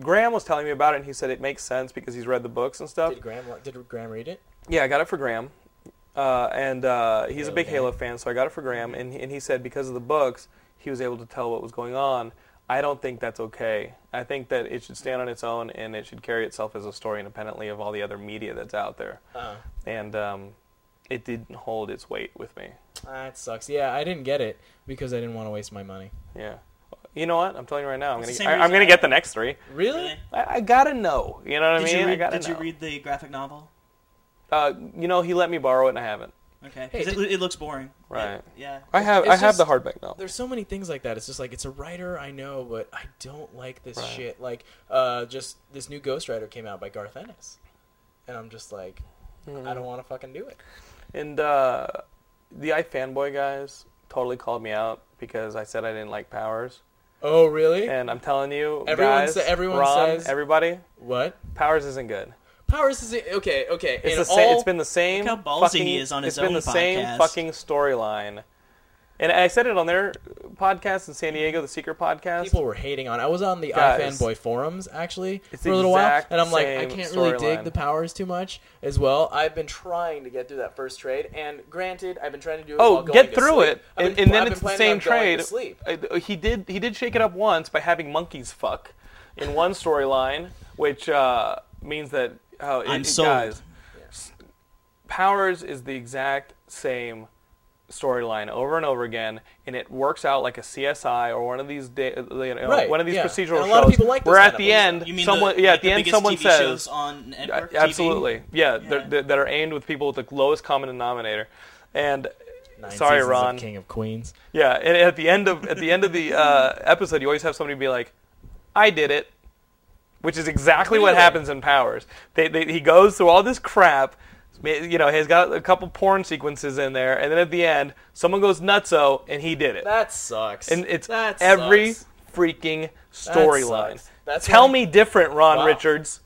Speaker 3: Graham was telling me about it, and he said it makes sense because he's read the books and stuff.
Speaker 5: did Graham li- did Graham read it?
Speaker 3: Yeah, I got it for Graham, uh, and uh, he's a
Speaker 5: Halo
Speaker 3: big
Speaker 5: guy.
Speaker 3: Halo fan, so I got it for Graham, and and he said because of the books, he was able to tell what was going on. I don't think that's okay. I think that it should stand on its own and it should carry itself as a story independently of all the other media that's out there.
Speaker 4: Uh-huh.
Speaker 5: Uh,
Speaker 3: And um, it didn't hold its weight with me.
Speaker 5: that sucks. Yeah, I didn't get it because I didn't want to waste my money.
Speaker 3: Yeah. You know what? I'm telling you right now. I'm
Speaker 4: It's
Speaker 3: gonna
Speaker 4: the
Speaker 3: I,
Speaker 4: same
Speaker 3: I'm gonna
Speaker 4: reason
Speaker 3: get
Speaker 4: I-
Speaker 3: the next three.
Speaker 5: Really?
Speaker 4: Really?
Speaker 3: I, I gotta know. You know what
Speaker 4: Did
Speaker 3: I mean?
Speaker 4: you
Speaker 3: I
Speaker 4: read,
Speaker 3: gotta
Speaker 4: did
Speaker 3: know.
Speaker 4: you read the graphic novel?
Speaker 3: Uh, you know, he let me borrow it and I haven't.
Speaker 4: Okay.
Speaker 5: Hey,
Speaker 4: 'Cause it,
Speaker 5: did-
Speaker 4: it looks boring.
Speaker 3: Right.
Speaker 4: Yeah.
Speaker 3: I have
Speaker 5: It's
Speaker 3: I have the
Speaker 5: just-
Speaker 3: hardback now.
Speaker 5: There's so many things like that. It's just like it's a writer I know, but I don't like this
Speaker 3: Right.
Speaker 5: shit. Like, uh, just this new Ghost Rider came out by Garth Ennis, and I'm just like,
Speaker 3: Mm-hmm.
Speaker 5: I don't want to fucking do it.
Speaker 3: And uh, the iFanboy guys totally called me out because I said I didn't like powers.
Speaker 5: Oh really?
Speaker 3: And I'm telling you,
Speaker 5: Everyone
Speaker 3: guys,
Speaker 5: sa- everyone
Speaker 3: Ron,
Speaker 5: says-
Speaker 3: everybody,
Speaker 5: what?
Speaker 3: powers isn't good.
Speaker 5: Powers is okay. Okay.
Speaker 3: It's
Speaker 5: in
Speaker 3: the same.
Speaker 5: all-
Speaker 3: It's been the same.
Speaker 4: Look how ballsy
Speaker 3: fucking,
Speaker 4: he is on his
Speaker 3: It's been
Speaker 4: own
Speaker 3: the same
Speaker 4: podcast.
Speaker 3: fucking storyline. And I said it on their podcast in San Diego, the Secret Podcast.
Speaker 5: people were hating on. it. I was on the
Speaker 3: Guys.
Speaker 5: iFanboy forums actually
Speaker 3: It's
Speaker 5: for a little while,
Speaker 3: exact
Speaker 5: and I'm like, I
Speaker 3: same
Speaker 5: can't really dig
Speaker 3: storyline.
Speaker 5: the powers too much as well. I've been trying to get through that first trade, and granted, I've been trying to do it.
Speaker 3: Oh,
Speaker 5: while going
Speaker 3: get
Speaker 5: to
Speaker 3: through
Speaker 5: sleep.
Speaker 3: it,
Speaker 5: I've
Speaker 3: and,
Speaker 5: been-
Speaker 3: and then
Speaker 5: I've
Speaker 3: it's
Speaker 5: been
Speaker 3: the
Speaker 5: planning
Speaker 3: same
Speaker 5: on going to
Speaker 3: trade.
Speaker 5: sleep.
Speaker 3: Uh, He did he did shake it up once by having monkeys fuck in one storyline, which uh, means that oh, it,
Speaker 4: I'm
Speaker 3: it-
Speaker 4: sold.
Speaker 3: guys, s- Powers is the exact same storyline over and over again, and it works out like a CSI or one of these da- you know,
Speaker 5: Right,
Speaker 3: one of these
Speaker 5: yeah.
Speaker 3: procedural
Speaker 5: And a lot
Speaker 3: shows.
Speaker 5: of people like this
Speaker 3: We're
Speaker 5: kind
Speaker 3: at
Speaker 5: of
Speaker 3: the
Speaker 5: thing.
Speaker 3: end.
Speaker 4: You mean
Speaker 3: someone
Speaker 4: the,
Speaker 3: yeah,
Speaker 4: like
Speaker 3: at the, end
Speaker 4: biggest
Speaker 3: someone
Speaker 4: TV
Speaker 3: says
Speaker 4: shows on network TV?
Speaker 3: absolutely yeah, they're-
Speaker 4: Yeah.
Speaker 3: they're- that are aimed with people with the lowest common denominator and
Speaker 5: Nine
Speaker 3: sorry
Speaker 5: seasons of
Speaker 3: ron
Speaker 5: King of Queens.
Speaker 3: yeah and at the end of at the end of the uh, episode you always have somebody be like i did it which is exactly what
Speaker 5: Really?
Speaker 3: happens in powers they, they, he goes through all this crap you know he's got a couple porn sequences in there and then at the end someone goes nutso and he did it
Speaker 5: That sucks.
Speaker 3: and it's
Speaker 5: that
Speaker 3: every
Speaker 5: sucks.
Speaker 3: freaking storyline.
Speaker 5: sucks. That's
Speaker 3: Tell
Speaker 5: when-
Speaker 3: me different, Ron
Speaker 5: Wow.
Speaker 3: Richards.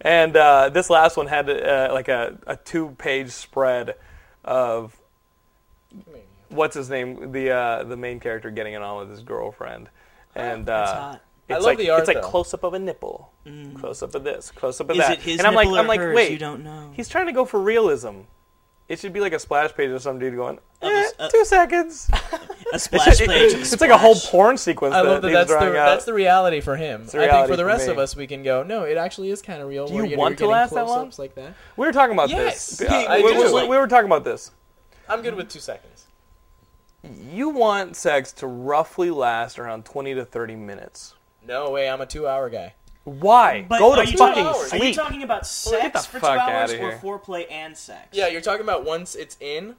Speaker 3: And uh, this last one had uh, like a, a two page spread of what's his name, the uh, the main character getting it on with his girlfriend, and uh,
Speaker 4: That's hot.
Speaker 3: it's
Speaker 5: love
Speaker 3: like
Speaker 5: the art,
Speaker 3: it's like
Speaker 5: though.
Speaker 3: close up of a nipple, close up of this, close up of
Speaker 4: Mm. Is
Speaker 3: that,
Speaker 4: it his
Speaker 3: and I'm like
Speaker 4: nipple or
Speaker 3: I'm like
Speaker 4: hers?
Speaker 3: wait,
Speaker 4: You don't know.
Speaker 3: He's trying to go for realism. It should be like a splash page of some dude going,
Speaker 4: Of
Speaker 3: eh,
Speaker 4: his- uh,
Speaker 3: two seconds. <laughs>
Speaker 4: A splash
Speaker 3: It-
Speaker 4: page.
Speaker 3: it's like a whole
Speaker 4: splash.
Speaker 3: porn sequence
Speaker 5: I
Speaker 3: that
Speaker 5: love that.
Speaker 3: he's
Speaker 5: That's the,
Speaker 3: drawing out.
Speaker 5: that's the reality for him.
Speaker 3: the
Speaker 5: I think
Speaker 3: reality
Speaker 5: for the
Speaker 3: for
Speaker 5: rest
Speaker 3: me.
Speaker 5: of us, we can go. No, it actually is kind of real.
Speaker 3: Do you want
Speaker 5: where, you're
Speaker 3: to
Speaker 5: getting
Speaker 3: last that long?
Speaker 5: close-ups Like that.
Speaker 3: we were talking about
Speaker 5: Yes.
Speaker 3: this.
Speaker 5: Yeah,
Speaker 3: Uh,
Speaker 5: I
Speaker 3: we,
Speaker 5: do.
Speaker 3: we- we- we were talking about this.
Speaker 5: I'm good with two seconds.
Speaker 3: You want sex to roughly last around 20 to 30 minutes.
Speaker 5: No way. I'm a two-hour guy.
Speaker 3: Why?
Speaker 4: But
Speaker 3: Go
Speaker 4: are
Speaker 3: to
Speaker 4: you
Speaker 3: fucking
Speaker 4: talking,
Speaker 3: sleep.
Speaker 4: Are you talking about
Speaker 3: Well,
Speaker 4: sex
Speaker 3: get the
Speaker 4: for two
Speaker 3: fuck
Speaker 4: hours
Speaker 3: outta
Speaker 4: or
Speaker 3: here.
Speaker 4: foreplay and sex?
Speaker 5: Yeah, you're talking about once it's in,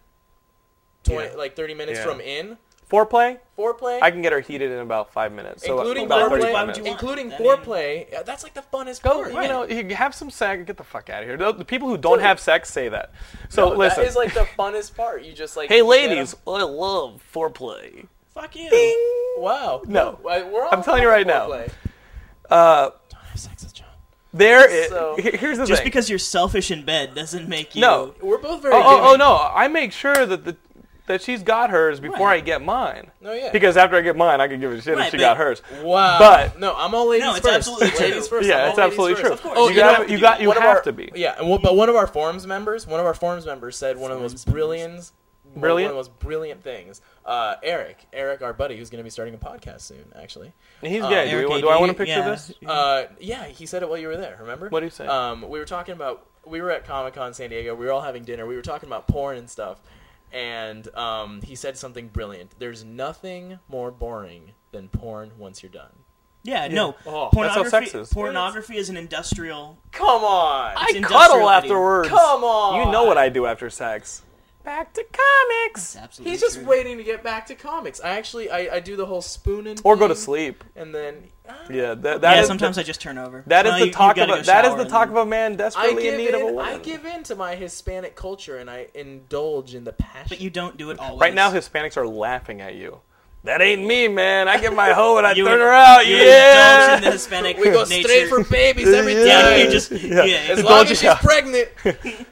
Speaker 5: 20,
Speaker 3: Yeah.
Speaker 5: like 30 minutes
Speaker 3: Yeah.
Speaker 5: from in
Speaker 3: foreplay?
Speaker 5: foreplay.
Speaker 3: I can get her heated in about five minutes. So
Speaker 5: including
Speaker 3: about 30
Speaker 5: foreplay,
Speaker 4: why would
Speaker 3: minutes.
Speaker 4: you want-
Speaker 5: including
Speaker 4: I mean-
Speaker 5: foreplay. yeah, That's like the funnest
Speaker 3: Go,
Speaker 5: part.
Speaker 3: you know, you have some sex. Get the fuck out of here. The the people who don't have sex say that. So listen.
Speaker 5: That is like the funnest part. You just like.
Speaker 3: hey,
Speaker 5: you get
Speaker 3: ladies,
Speaker 5: them-
Speaker 3: I love foreplay.
Speaker 4: Fuck you.
Speaker 5: Wow.
Speaker 3: No.
Speaker 5: I- we're all
Speaker 3: I'm telling you
Speaker 5: about
Speaker 3: right now.
Speaker 5: foreplay.
Speaker 3: Uh,
Speaker 5: Don't have sex with John.
Speaker 3: there is.
Speaker 5: So-
Speaker 3: here's the
Speaker 4: Just
Speaker 3: thing.
Speaker 4: because you're selfish in bed doesn't make you.
Speaker 3: No.
Speaker 5: We're both very.
Speaker 3: Oh, oh, oh,
Speaker 5: giving.
Speaker 3: no! I make sure that the that she's got hers before
Speaker 4: Right.
Speaker 3: I get mine.
Speaker 5: No, yeah.
Speaker 3: Because after I get mine, I can give a shit
Speaker 4: Right,
Speaker 3: if she
Speaker 4: but-
Speaker 3: got hers.
Speaker 5: Wow.
Speaker 3: But-
Speaker 5: no, I'm all ladies
Speaker 4: No, it's
Speaker 5: first.
Speaker 4: absolutely true.
Speaker 5: ladies first. I'm
Speaker 3: yeah,
Speaker 5: all
Speaker 3: it's
Speaker 5: ladies
Speaker 3: absolutely
Speaker 5: first.
Speaker 3: true.
Speaker 4: Of course.
Speaker 5: Oh,
Speaker 3: you,
Speaker 5: you don't have
Speaker 3: got,
Speaker 5: to
Speaker 3: you
Speaker 5: do
Speaker 3: got,
Speaker 5: that.
Speaker 3: you
Speaker 5: One of
Speaker 3: have
Speaker 5: our-
Speaker 3: to be.
Speaker 5: Yeah, and well, but one of our forums members, one of our forums members said one of the most brilliant,
Speaker 3: Brilliant?
Speaker 5: one of the most brilliant things. Uh, Eric, Eric, our buddy, who's going to be starting a podcast soon, actually.
Speaker 3: And he's
Speaker 5: Uh,
Speaker 3: gay. do,
Speaker 4: Oh, Eric,
Speaker 3: we,
Speaker 4: hey,
Speaker 3: do I
Speaker 4: you-
Speaker 3: want to picture
Speaker 4: yeah.
Speaker 3: this?
Speaker 5: Uh, yeah, he said it while you were there. Remember?
Speaker 3: What'd he say?
Speaker 5: Um, we were talking about we were at Comic Con San Diego. We were all having dinner. We were talking about porn and stuff, and um, he said something brilliant. There's nothing more boring than porn once you're done.
Speaker 4: Yeah, no.
Speaker 3: Oh, that's how
Speaker 4: pornography,
Speaker 3: sex is.
Speaker 4: pornography is an industrial.
Speaker 5: Come on.
Speaker 3: I
Speaker 4: industrial
Speaker 3: cuddle
Speaker 4: video.
Speaker 3: afterwards.
Speaker 5: Come on.
Speaker 3: You know what I do after sex. Back to comics.
Speaker 4: Absolutely
Speaker 5: He's just
Speaker 4: true.
Speaker 5: waiting to get back to comics. I actually I, I do the whole spooning
Speaker 3: Or go to
Speaker 5: thing,
Speaker 3: sleep.
Speaker 5: and then ah,
Speaker 3: Yeah, that, that
Speaker 4: Yeah,
Speaker 3: is
Speaker 4: sometimes
Speaker 3: the,
Speaker 4: I just turn over.
Speaker 3: that is
Speaker 4: No,
Speaker 3: the
Speaker 4: you- you
Speaker 3: talk of
Speaker 4: gotta
Speaker 3: a,
Speaker 4: go
Speaker 3: that is
Speaker 4: shower
Speaker 3: the
Speaker 4: and
Speaker 3: talk
Speaker 4: then-
Speaker 3: of a man
Speaker 5: I
Speaker 3: desperately in
Speaker 5: give
Speaker 3: need of a
Speaker 5: in,
Speaker 3: woman.
Speaker 5: I give in to my Hispanic culture and I indulge in the passion.
Speaker 4: But you don't do it always.
Speaker 3: Right now, Hispanics are laughing at you. That ain't me, man. I get my hoe and I
Speaker 4: <laughs> You
Speaker 3: turn
Speaker 4: would-
Speaker 3: her out.
Speaker 4: you
Speaker 3: yeah.
Speaker 4: indulge in the <laughs> Hispanic
Speaker 5: we
Speaker 3: <laughs>
Speaker 5: go
Speaker 4: nature.
Speaker 5: straight for babies every time.
Speaker 4: yeah, you just yeah.
Speaker 5: as long as she's
Speaker 3: Yeah. <laughs>
Speaker 5: pregnant,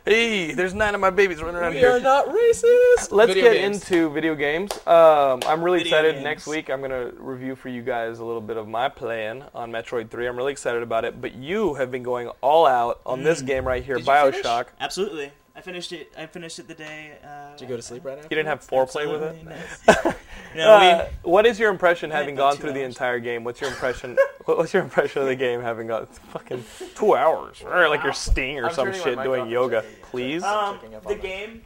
Speaker 3: Hey, there's nine of my babies running around
Speaker 5: we
Speaker 3: here.
Speaker 5: are not racist.
Speaker 3: Let's
Speaker 5: Video
Speaker 3: get
Speaker 5: games.
Speaker 3: into video games. Um, I'm really
Speaker 4: Video
Speaker 3: excited.
Speaker 4: games.
Speaker 3: Next week, I'm going to review for you guys a little bit of my plan on Metroid 3. I'm really excited about it. But you have been going all out on this game right here,
Speaker 5: Mm. Did you finish?
Speaker 3: Bioshock.
Speaker 4: absolutely. I finished it. I finished it the day. Uh,
Speaker 5: Did you go to sleep right after?
Speaker 3: You didn't have foreplay with it? <laughs>
Speaker 4: No,
Speaker 3: Uh,
Speaker 4: we,
Speaker 3: what is your impression having
Speaker 4: about
Speaker 3: gone
Speaker 4: two
Speaker 3: through the
Speaker 4: hours.
Speaker 3: entire game? What's your
Speaker 5: <laughs>
Speaker 3: impression? <laughs> what- what's your impression of the game having gone <laughs> fucking two hours? Or like your sting or
Speaker 5: I'm
Speaker 3: some
Speaker 5: turning my
Speaker 3: shit
Speaker 5: mic
Speaker 3: doing
Speaker 5: off. Uh,
Speaker 3: yoga, please.
Speaker 4: um,
Speaker 3: Uh,
Speaker 5: checking up
Speaker 4: the
Speaker 5: on that.
Speaker 4: game.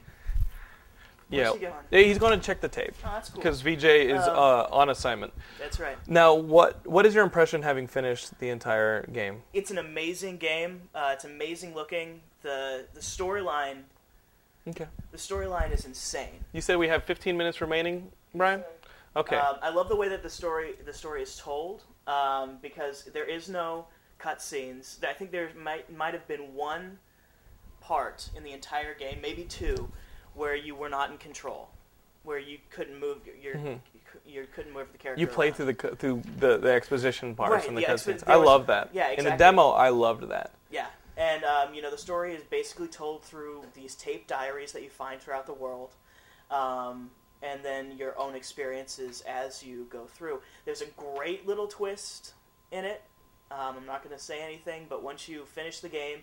Speaker 3: yeah,
Speaker 4: she going?
Speaker 3: Yeah, he's going to check the tape
Speaker 4: Oh, that's cool.
Speaker 3: because VJ is
Speaker 4: Um,
Speaker 3: uh, on assignment.
Speaker 4: That's right.
Speaker 3: Now, what what is your impression having finished the entire game?
Speaker 4: it's an amazing game. Uh, it's amazing looking. The the storyline
Speaker 3: Okay.
Speaker 4: The storyline is insane.
Speaker 3: You said we have 15 minutes remaining, Brian? Okay.
Speaker 4: Um, I love the way that the story the story is told um, because there is no cutscenes. I think there might might have been one part in the entire game, maybe two, where you were not in control, where you couldn't move your your, you cou- you couldn't move the character.
Speaker 3: Mm-hmm. you played through the co- through the, the exposition parts
Speaker 4: Right,
Speaker 3: and the
Speaker 4: yeah, expo-
Speaker 3: cutscenes.
Speaker 4: there
Speaker 3: I
Speaker 4: was-
Speaker 3: love that.
Speaker 4: yeah,
Speaker 3: In the
Speaker 4: exactly.
Speaker 3: demo, I loved that.
Speaker 4: Yeah, and um, you know the story is basically told through these tape diaries that you find throughout the world, um, and then your own experiences as you go through. There's a great little twist in it. Um, I'm not going to say anything, but once you finish the game,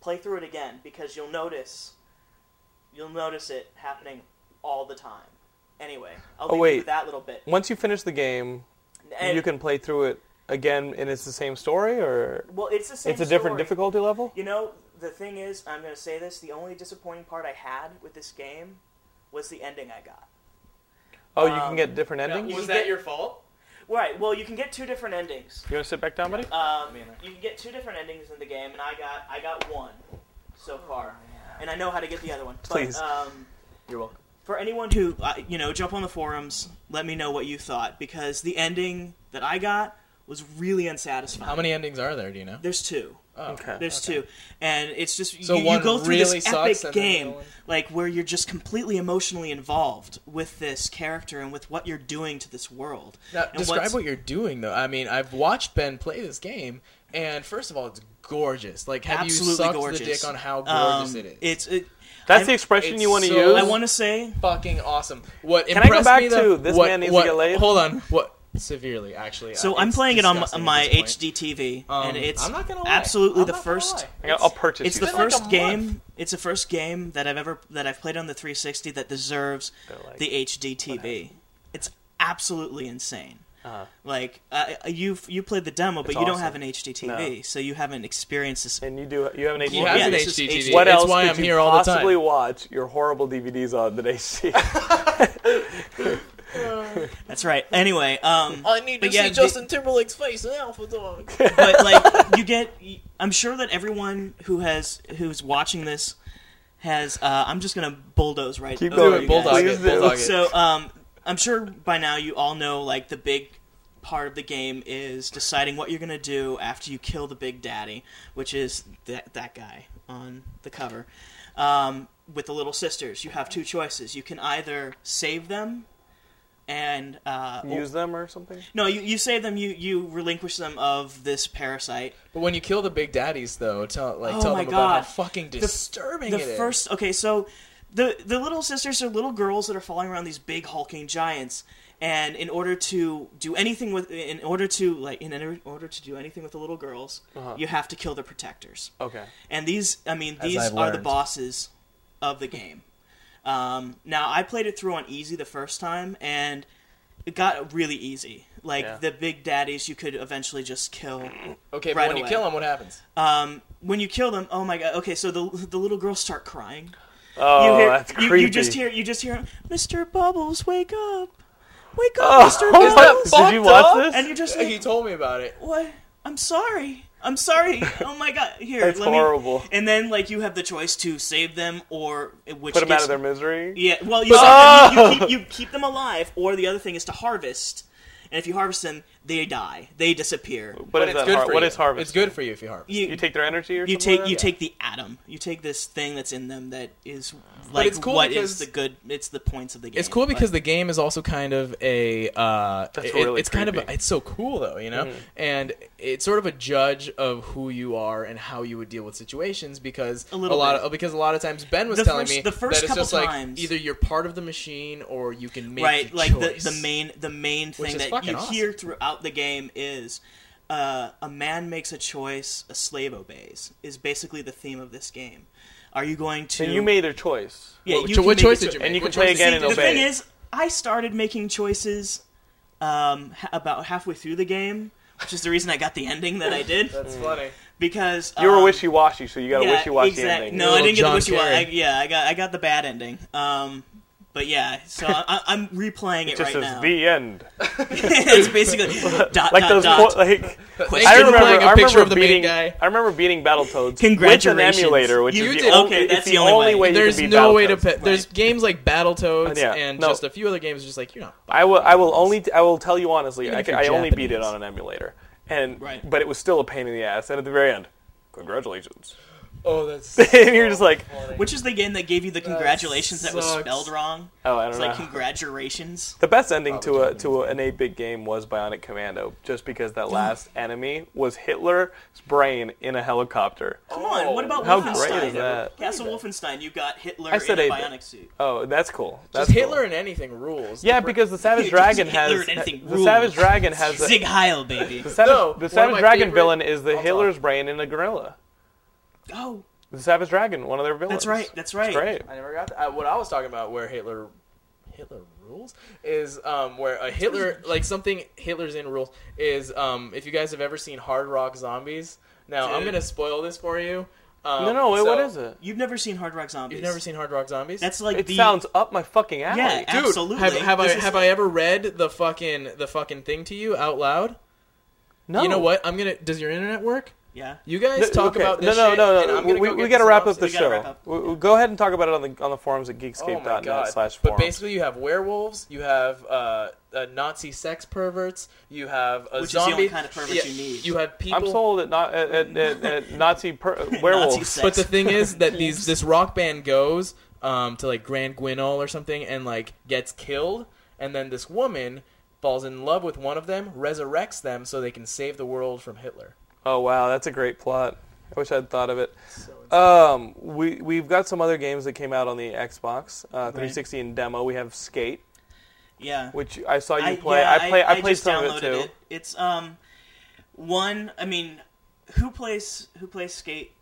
Speaker 4: play through it again because you'll notice, you'll notice it happening all the time. Anyway, I'll
Speaker 3: Oh,
Speaker 4: leave
Speaker 3: wait.
Speaker 4: you with that little bit.
Speaker 3: Once you finish the game,
Speaker 4: And-
Speaker 3: you can play through it again, and it's the same story, or
Speaker 4: Well, it's the same.
Speaker 3: it's a different
Speaker 4: story.
Speaker 3: difficulty level.
Speaker 4: You know, the thing is, I'm going to say this the only disappointing part I had with this game was the ending I got.
Speaker 3: Oh, you can
Speaker 4: Um,
Speaker 3: get different endings.
Speaker 5: was
Speaker 4: You
Speaker 5: that
Speaker 4: get-
Speaker 5: your fault?
Speaker 4: Right, well, you can get two different endings.
Speaker 3: You want to sit back down, buddy?
Speaker 4: Um, you can get two different endings in the game, and I got I got one so far, and I know how to get the other one.
Speaker 3: Please.
Speaker 4: But, um,
Speaker 5: Oh, You're welcome.
Speaker 4: for anyone who uh, you know, jump on the forums. Let me know what you thought because the ending that I got was really unsatisfying.
Speaker 5: How many endings are there? Do you know?
Speaker 4: There's two.
Speaker 5: Oh,
Speaker 3: Okay.
Speaker 4: There's
Speaker 5: Okay.
Speaker 4: two, and it's just
Speaker 5: So
Speaker 4: you, you
Speaker 5: one
Speaker 4: go through
Speaker 5: really
Speaker 4: this epic
Speaker 5: sucks and then the other
Speaker 4: game,
Speaker 5: one-
Speaker 4: like where you're just completely emotionally involved with this character and with what you're doing to this world.
Speaker 5: Now,
Speaker 4: and
Speaker 5: describe
Speaker 4: what's-
Speaker 5: what you're doing, though. I mean, I've watched Ben play this game, and first of all, it's gorgeous. Like, have you
Speaker 4: absolutely
Speaker 5: sucked
Speaker 4: gorgeous.
Speaker 5: the dick on how gorgeous
Speaker 4: Um,
Speaker 5: it is?
Speaker 4: It's it,
Speaker 3: That's
Speaker 4: I'm-
Speaker 3: the expression
Speaker 5: it's
Speaker 3: you want to
Speaker 5: so-
Speaker 3: use.
Speaker 4: I want to say
Speaker 5: fucking awesome. What
Speaker 3: I go
Speaker 5: impressed
Speaker 3: back
Speaker 5: me, though,
Speaker 3: to this
Speaker 5: what,
Speaker 3: man needs to
Speaker 5: what,
Speaker 3: get laid?
Speaker 5: Hold on. What severely actually?
Speaker 4: so.
Speaker 5: I,
Speaker 4: I'm
Speaker 5: it's
Speaker 4: playing it on my,
Speaker 5: disgusting at
Speaker 4: my
Speaker 5: this point.
Speaker 4: HD TV,
Speaker 5: Um,
Speaker 4: and it's
Speaker 5: I'm not gonna lie.
Speaker 4: absolutely
Speaker 5: I'm
Speaker 4: the
Speaker 5: not gonna
Speaker 4: first.
Speaker 5: lie.
Speaker 3: I got- I'll purchase
Speaker 4: It's
Speaker 3: you
Speaker 4: the
Speaker 3: some.
Speaker 5: been like
Speaker 4: first
Speaker 5: a month.
Speaker 4: game. It's the first game that I've ever that I've played on the 360 that deserves
Speaker 3: like,
Speaker 4: the HD TV. It's absolutely insane. Like uh, you, you played the demo, but
Speaker 3: It's
Speaker 4: you don't have an
Speaker 3: awesome.
Speaker 4: HD TV, so you haven't experienced this.
Speaker 3: And you do. You have an HD.
Speaker 5: He has
Speaker 4: Yeah,
Speaker 5: an
Speaker 4: this is
Speaker 5: HD
Speaker 4: HD.
Speaker 5: TV.
Speaker 3: what
Speaker 5: That's
Speaker 3: else
Speaker 5: why
Speaker 3: could
Speaker 5: I'm
Speaker 3: you
Speaker 5: here all the time.
Speaker 3: possibly watch your horrible DVDs on <laughs> that HD?
Speaker 4: That's right. Anyway, um,
Speaker 5: I need
Speaker 4: But yeah, the-
Speaker 5: Timberlake's face in Alpha Dog.
Speaker 3: <laughs>
Speaker 4: but like you get, I'm sure that everyone who has who's watching this has. Uh, I'm just gonna bulldoze right.
Speaker 3: Keep
Speaker 4: over
Speaker 3: going.
Speaker 4: you guys.
Speaker 5: bulldog
Speaker 3: Please
Speaker 5: it,
Speaker 3: do.
Speaker 5: bulldog it.
Speaker 4: So um, I'm sure by now you all know like the big part of the game is deciding what you're gonna do after you kill the big daddy, which is that that guy on the cover. Um, with the little sisters, you have two choices. You can either save them and uh,
Speaker 3: Use them or something.
Speaker 4: no, you, you save them. You you relinquish them of this parasite.
Speaker 5: But when you kill the big daddies, though, tell like
Speaker 4: Oh
Speaker 5: tell
Speaker 4: my
Speaker 5: them about how
Speaker 4: God.
Speaker 5: fucking disturbing
Speaker 4: the
Speaker 5: it is.
Speaker 4: first okay so the the little sisters are little girls that are following around these big hulking giants and in order to do anything with in order to like in any- order to do anything with the little girls you have to kill their protectors
Speaker 3: Okay.
Speaker 4: and these i mean
Speaker 5: Uh-huh. As
Speaker 4: these
Speaker 5: I've
Speaker 4: are the
Speaker 5: learned.
Speaker 4: bosses of the game um, now i played it through on easy the first time and it got really easy like
Speaker 3: Yeah.
Speaker 4: the big daddies you could eventually just kill
Speaker 5: Okay,
Speaker 4: right
Speaker 5: but when
Speaker 4: away.
Speaker 5: you kill them, what happens?
Speaker 4: um, when you kill them oh my god okay so the, the little girls start crying
Speaker 3: Oh,
Speaker 4: you hear,
Speaker 3: that's
Speaker 4: you-
Speaker 3: creepy.
Speaker 4: You, just hear, you just hear, Mr. Bubbles, wake up, wake up,
Speaker 3: Oh, <laughs>
Speaker 4: Mr.
Speaker 3: what?
Speaker 4: <laughs> Bubbles,
Speaker 3: Did you
Speaker 5: fucked
Speaker 3: watch
Speaker 5: up?
Speaker 3: this?
Speaker 4: and you're just
Speaker 5: <laughs> He
Speaker 4: like,
Speaker 5: told me about it.
Speaker 4: what? I'm sorry,
Speaker 3: <laughs>
Speaker 4: I'm sorry. Oh my god, here,
Speaker 3: That's
Speaker 4: let
Speaker 3: horrible.
Speaker 4: me. And then like you have the choice to save them or eh, which
Speaker 3: Put them out
Speaker 4: gives-
Speaker 3: of their misery. Ah!
Speaker 4: Yeah, well, you, save them, you, you, keep, you keep them alive, or the other thing is to harvest. And if you harvest them, they die, they disappear.
Speaker 3: What
Speaker 5: But
Speaker 3: is
Speaker 5: it's
Speaker 3: that?
Speaker 5: good
Speaker 3: har-
Speaker 5: for
Speaker 3: what
Speaker 5: you.
Speaker 3: is harvest?
Speaker 5: It's good for you if you harvest.
Speaker 4: You,
Speaker 3: You take their energy or
Speaker 4: you
Speaker 3: something
Speaker 4: take
Speaker 3: like
Speaker 4: you
Speaker 3: that?
Speaker 4: take the atom. You take this thing that's in them that is
Speaker 5: But
Speaker 4: like
Speaker 5: it's cool
Speaker 4: what
Speaker 5: because-
Speaker 4: is the good. It's the points of the game.
Speaker 5: It's cool
Speaker 4: but-
Speaker 5: because the game is also kind of a. Uh,
Speaker 3: That's
Speaker 5: it-
Speaker 3: really
Speaker 5: it's kind of a,
Speaker 3: creepy. Mm-hmm.
Speaker 5: it's so cool though, you know, and it's sort of a judge of who you are and how you would deal with situations because a,
Speaker 4: little
Speaker 5: lot
Speaker 4: bit.
Speaker 5: of uh, because a lot of times Ben was
Speaker 4: The
Speaker 5: telling
Speaker 4: first-
Speaker 5: me
Speaker 4: the first
Speaker 5: that it's
Speaker 4: couple
Speaker 5: just like
Speaker 4: times-
Speaker 5: either you're part of the machine or you can make
Speaker 4: right
Speaker 5: your
Speaker 4: like the, the
Speaker 5: choice.
Speaker 4: main the main
Speaker 5: is
Speaker 4: thing that
Speaker 5: fucking
Speaker 4: you
Speaker 5: awesome.
Speaker 4: hear throughout the game is uh, a man makes a choice a slave obeys is basically the theme of this game are you going to
Speaker 3: And you made a choice.
Speaker 4: yeah,
Speaker 5: What-
Speaker 4: you
Speaker 5: so
Speaker 4: can
Speaker 5: what
Speaker 4: make
Speaker 5: choice
Speaker 4: a
Speaker 5: did you
Speaker 3: And you
Speaker 5: Which
Speaker 3: can play
Speaker 5: one's-
Speaker 3: again
Speaker 4: See,
Speaker 3: and
Speaker 4: the
Speaker 3: obey.
Speaker 4: thing is i started making choices um, ha- about halfway through the game which is the reason i got the ending that i did
Speaker 5: That's funny.
Speaker 3: Mm-hmm.
Speaker 4: because
Speaker 3: you were
Speaker 4: um,
Speaker 3: wishy washy, so you got a
Speaker 4: yeah,
Speaker 3: wishy washy
Speaker 4: exact-
Speaker 3: ending.
Speaker 4: No, I
Speaker 5: Little
Speaker 4: didn't get the
Speaker 5: John
Speaker 4: wishy washy.
Speaker 5: Kerry.
Speaker 4: Yeah, I got I got the bad ending. Um, But yeah, so I, I'm replaying it
Speaker 3: Just
Speaker 4: right
Speaker 3: as
Speaker 4: now.
Speaker 3: the end.
Speaker 4: <laughs> it's basically
Speaker 3: <laughs>
Speaker 4: dot
Speaker 3: Like
Speaker 4: dot
Speaker 3: those,
Speaker 4: dot.
Speaker 3: po- like
Speaker 4: Question
Speaker 3: I
Speaker 5: Instead of
Speaker 3: remember,
Speaker 5: playing a
Speaker 3: I remember
Speaker 5: picture of the main
Speaker 3: beating,
Speaker 5: guy.
Speaker 3: I remember beating Battletoads with an
Speaker 4: Congratulations.
Speaker 3: emulator, which
Speaker 5: You
Speaker 3: is the
Speaker 5: did.
Speaker 3: only,
Speaker 4: Okay,
Speaker 3: it's
Speaker 4: that's
Speaker 3: the only way. you
Speaker 5: There's
Speaker 3: can beat
Speaker 5: no way to
Speaker 3: Battletoads.
Speaker 5: pit. There's games like Battletoads
Speaker 3: Yeah,
Speaker 5: and
Speaker 3: no.
Speaker 5: just a few other games. Just like you're not.
Speaker 3: I will. I will only. I will tell you honestly.
Speaker 5: Even
Speaker 3: I,
Speaker 5: if you're
Speaker 3: I only beat it
Speaker 5: Japanese.
Speaker 3: on an emulator, and
Speaker 4: Right.
Speaker 3: but it was still a pain in the ass. And at the very end,
Speaker 5: <laughs>
Speaker 3: congratulations. <laughs>
Speaker 5: Oh, that's.
Speaker 3: and you're just like,
Speaker 4: Which is the game that gave you the congratulations that, was
Speaker 5: sucks.
Speaker 4: spelled wrong?
Speaker 3: oh, I don't
Speaker 4: It's
Speaker 3: know.
Speaker 4: like
Speaker 5: <laughs>
Speaker 4: congratulations.
Speaker 3: the best ending to a to a, an eight bit game was Bionic Commando, just because that last enemy was Hitler's brain in a helicopter.
Speaker 5: Oh.
Speaker 4: Come on, what about
Speaker 3: How
Speaker 4: Wolfenstein?
Speaker 3: great is that?
Speaker 4: Castle Wolfenstein, you got Hitler
Speaker 3: I said
Speaker 4: in a
Speaker 3: eight-bit.
Speaker 4: bionic suit.
Speaker 3: Oh, that's cool. That's
Speaker 5: Just Hitler
Speaker 3: cool.
Speaker 5: and anything rules.
Speaker 3: Yeah,
Speaker 5: The pr-
Speaker 3: because the Savage
Speaker 5: <laughs>
Speaker 4: Yeah, just
Speaker 3: Dragon
Speaker 4: Hitler
Speaker 3: has
Speaker 4: and anything
Speaker 3: the Savage
Speaker 4: rules.
Speaker 3: Dragon has a,
Speaker 4: Zig
Speaker 3: <laughs>
Speaker 4: Heil, baby.
Speaker 3: Savage,
Speaker 5: No, one
Speaker 3: the
Speaker 5: of
Speaker 3: Savage
Speaker 5: my
Speaker 3: Dragon
Speaker 5: favorite-
Speaker 3: villain is the
Speaker 5: I'll
Speaker 3: Hitler's
Speaker 5: talk.
Speaker 3: brain in a gorilla.
Speaker 4: Oh,
Speaker 3: The Savage Dragon, one of their villains.
Speaker 4: that's right. That's right.
Speaker 3: It's great.
Speaker 5: I never got that. I, what I was talking about, where Hitler, Hitler rules, is um, where a <laughs> Hitler, like something Hitler's in rules, is um, if you guys have ever seen Hard Rock Zombies. Now I'm
Speaker 4: Dude.
Speaker 5: gonna spoil this for you. Um,
Speaker 3: No, no, wait,
Speaker 5: so-
Speaker 3: what is it?
Speaker 4: You've never seen Hard Rock Zombies.
Speaker 5: You've never seen Hard Rock Zombies?
Speaker 4: That's like
Speaker 3: It
Speaker 4: the
Speaker 3: sounds up my fucking alley.
Speaker 4: yeah,
Speaker 5: Dude,
Speaker 4: absolutely.
Speaker 5: Have, have I
Speaker 4: This is-
Speaker 5: have I ever read the fucking the fucking thing to you out loud?
Speaker 3: no.
Speaker 5: You know what? I'm gonna. Does your internet work?
Speaker 4: Yeah.
Speaker 5: You guys
Speaker 3: Th-
Speaker 5: talk
Speaker 3: okay.
Speaker 5: about
Speaker 3: no,
Speaker 5: this
Speaker 3: no,
Speaker 5: shit,
Speaker 3: no,
Speaker 5: and
Speaker 3: no.
Speaker 5: I'm gonna
Speaker 3: we
Speaker 5: go
Speaker 3: we got
Speaker 5: get
Speaker 3: to
Speaker 5: the
Speaker 3: wrap up the
Speaker 5: synopsis.
Speaker 4: We gotta wrap
Speaker 3: show.
Speaker 4: up.
Speaker 3: We, we- go ahead and talk about it on the on the forums at
Speaker 5: Oh my
Speaker 3: geekscape.net
Speaker 5: God.
Speaker 3: slash
Speaker 5: But
Speaker 3: forums.
Speaker 5: basically, you have werewolves, you have uh, uh, Nazi sex perverts, you have a
Speaker 4: Which is the
Speaker 5: zombie.
Speaker 4: only kind of pervert you need.
Speaker 5: You have people.
Speaker 3: I'm sold at, not, at, at, at, at Nazi per- werewolves.
Speaker 4: sex.
Speaker 5: But
Speaker 3: <laughs>
Speaker 5: the thing is that these this rock band goes um, to like Grand Guignol or something and like gets killed, and then this woman falls in love with one of them, resurrects them so they can save the world from Hitler.
Speaker 3: Oh wow, that's a great plot. I wish I'd thought of it.
Speaker 5: So it's-
Speaker 3: Um, we we've got some other games that came out on the Xbox uh, 360 in demo. We have Skate,
Speaker 4: yeah.
Speaker 3: which I saw you
Speaker 4: I,
Speaker 3: play.
Speaker 4: yeah,
Speaker 3: I play. I, played
Speaker 4: just
Speaker 3: some of
Speaker 4: downloaded
Speaker 3: it too.
Speaker 4: It's um, one. I mean, who plays who plays skate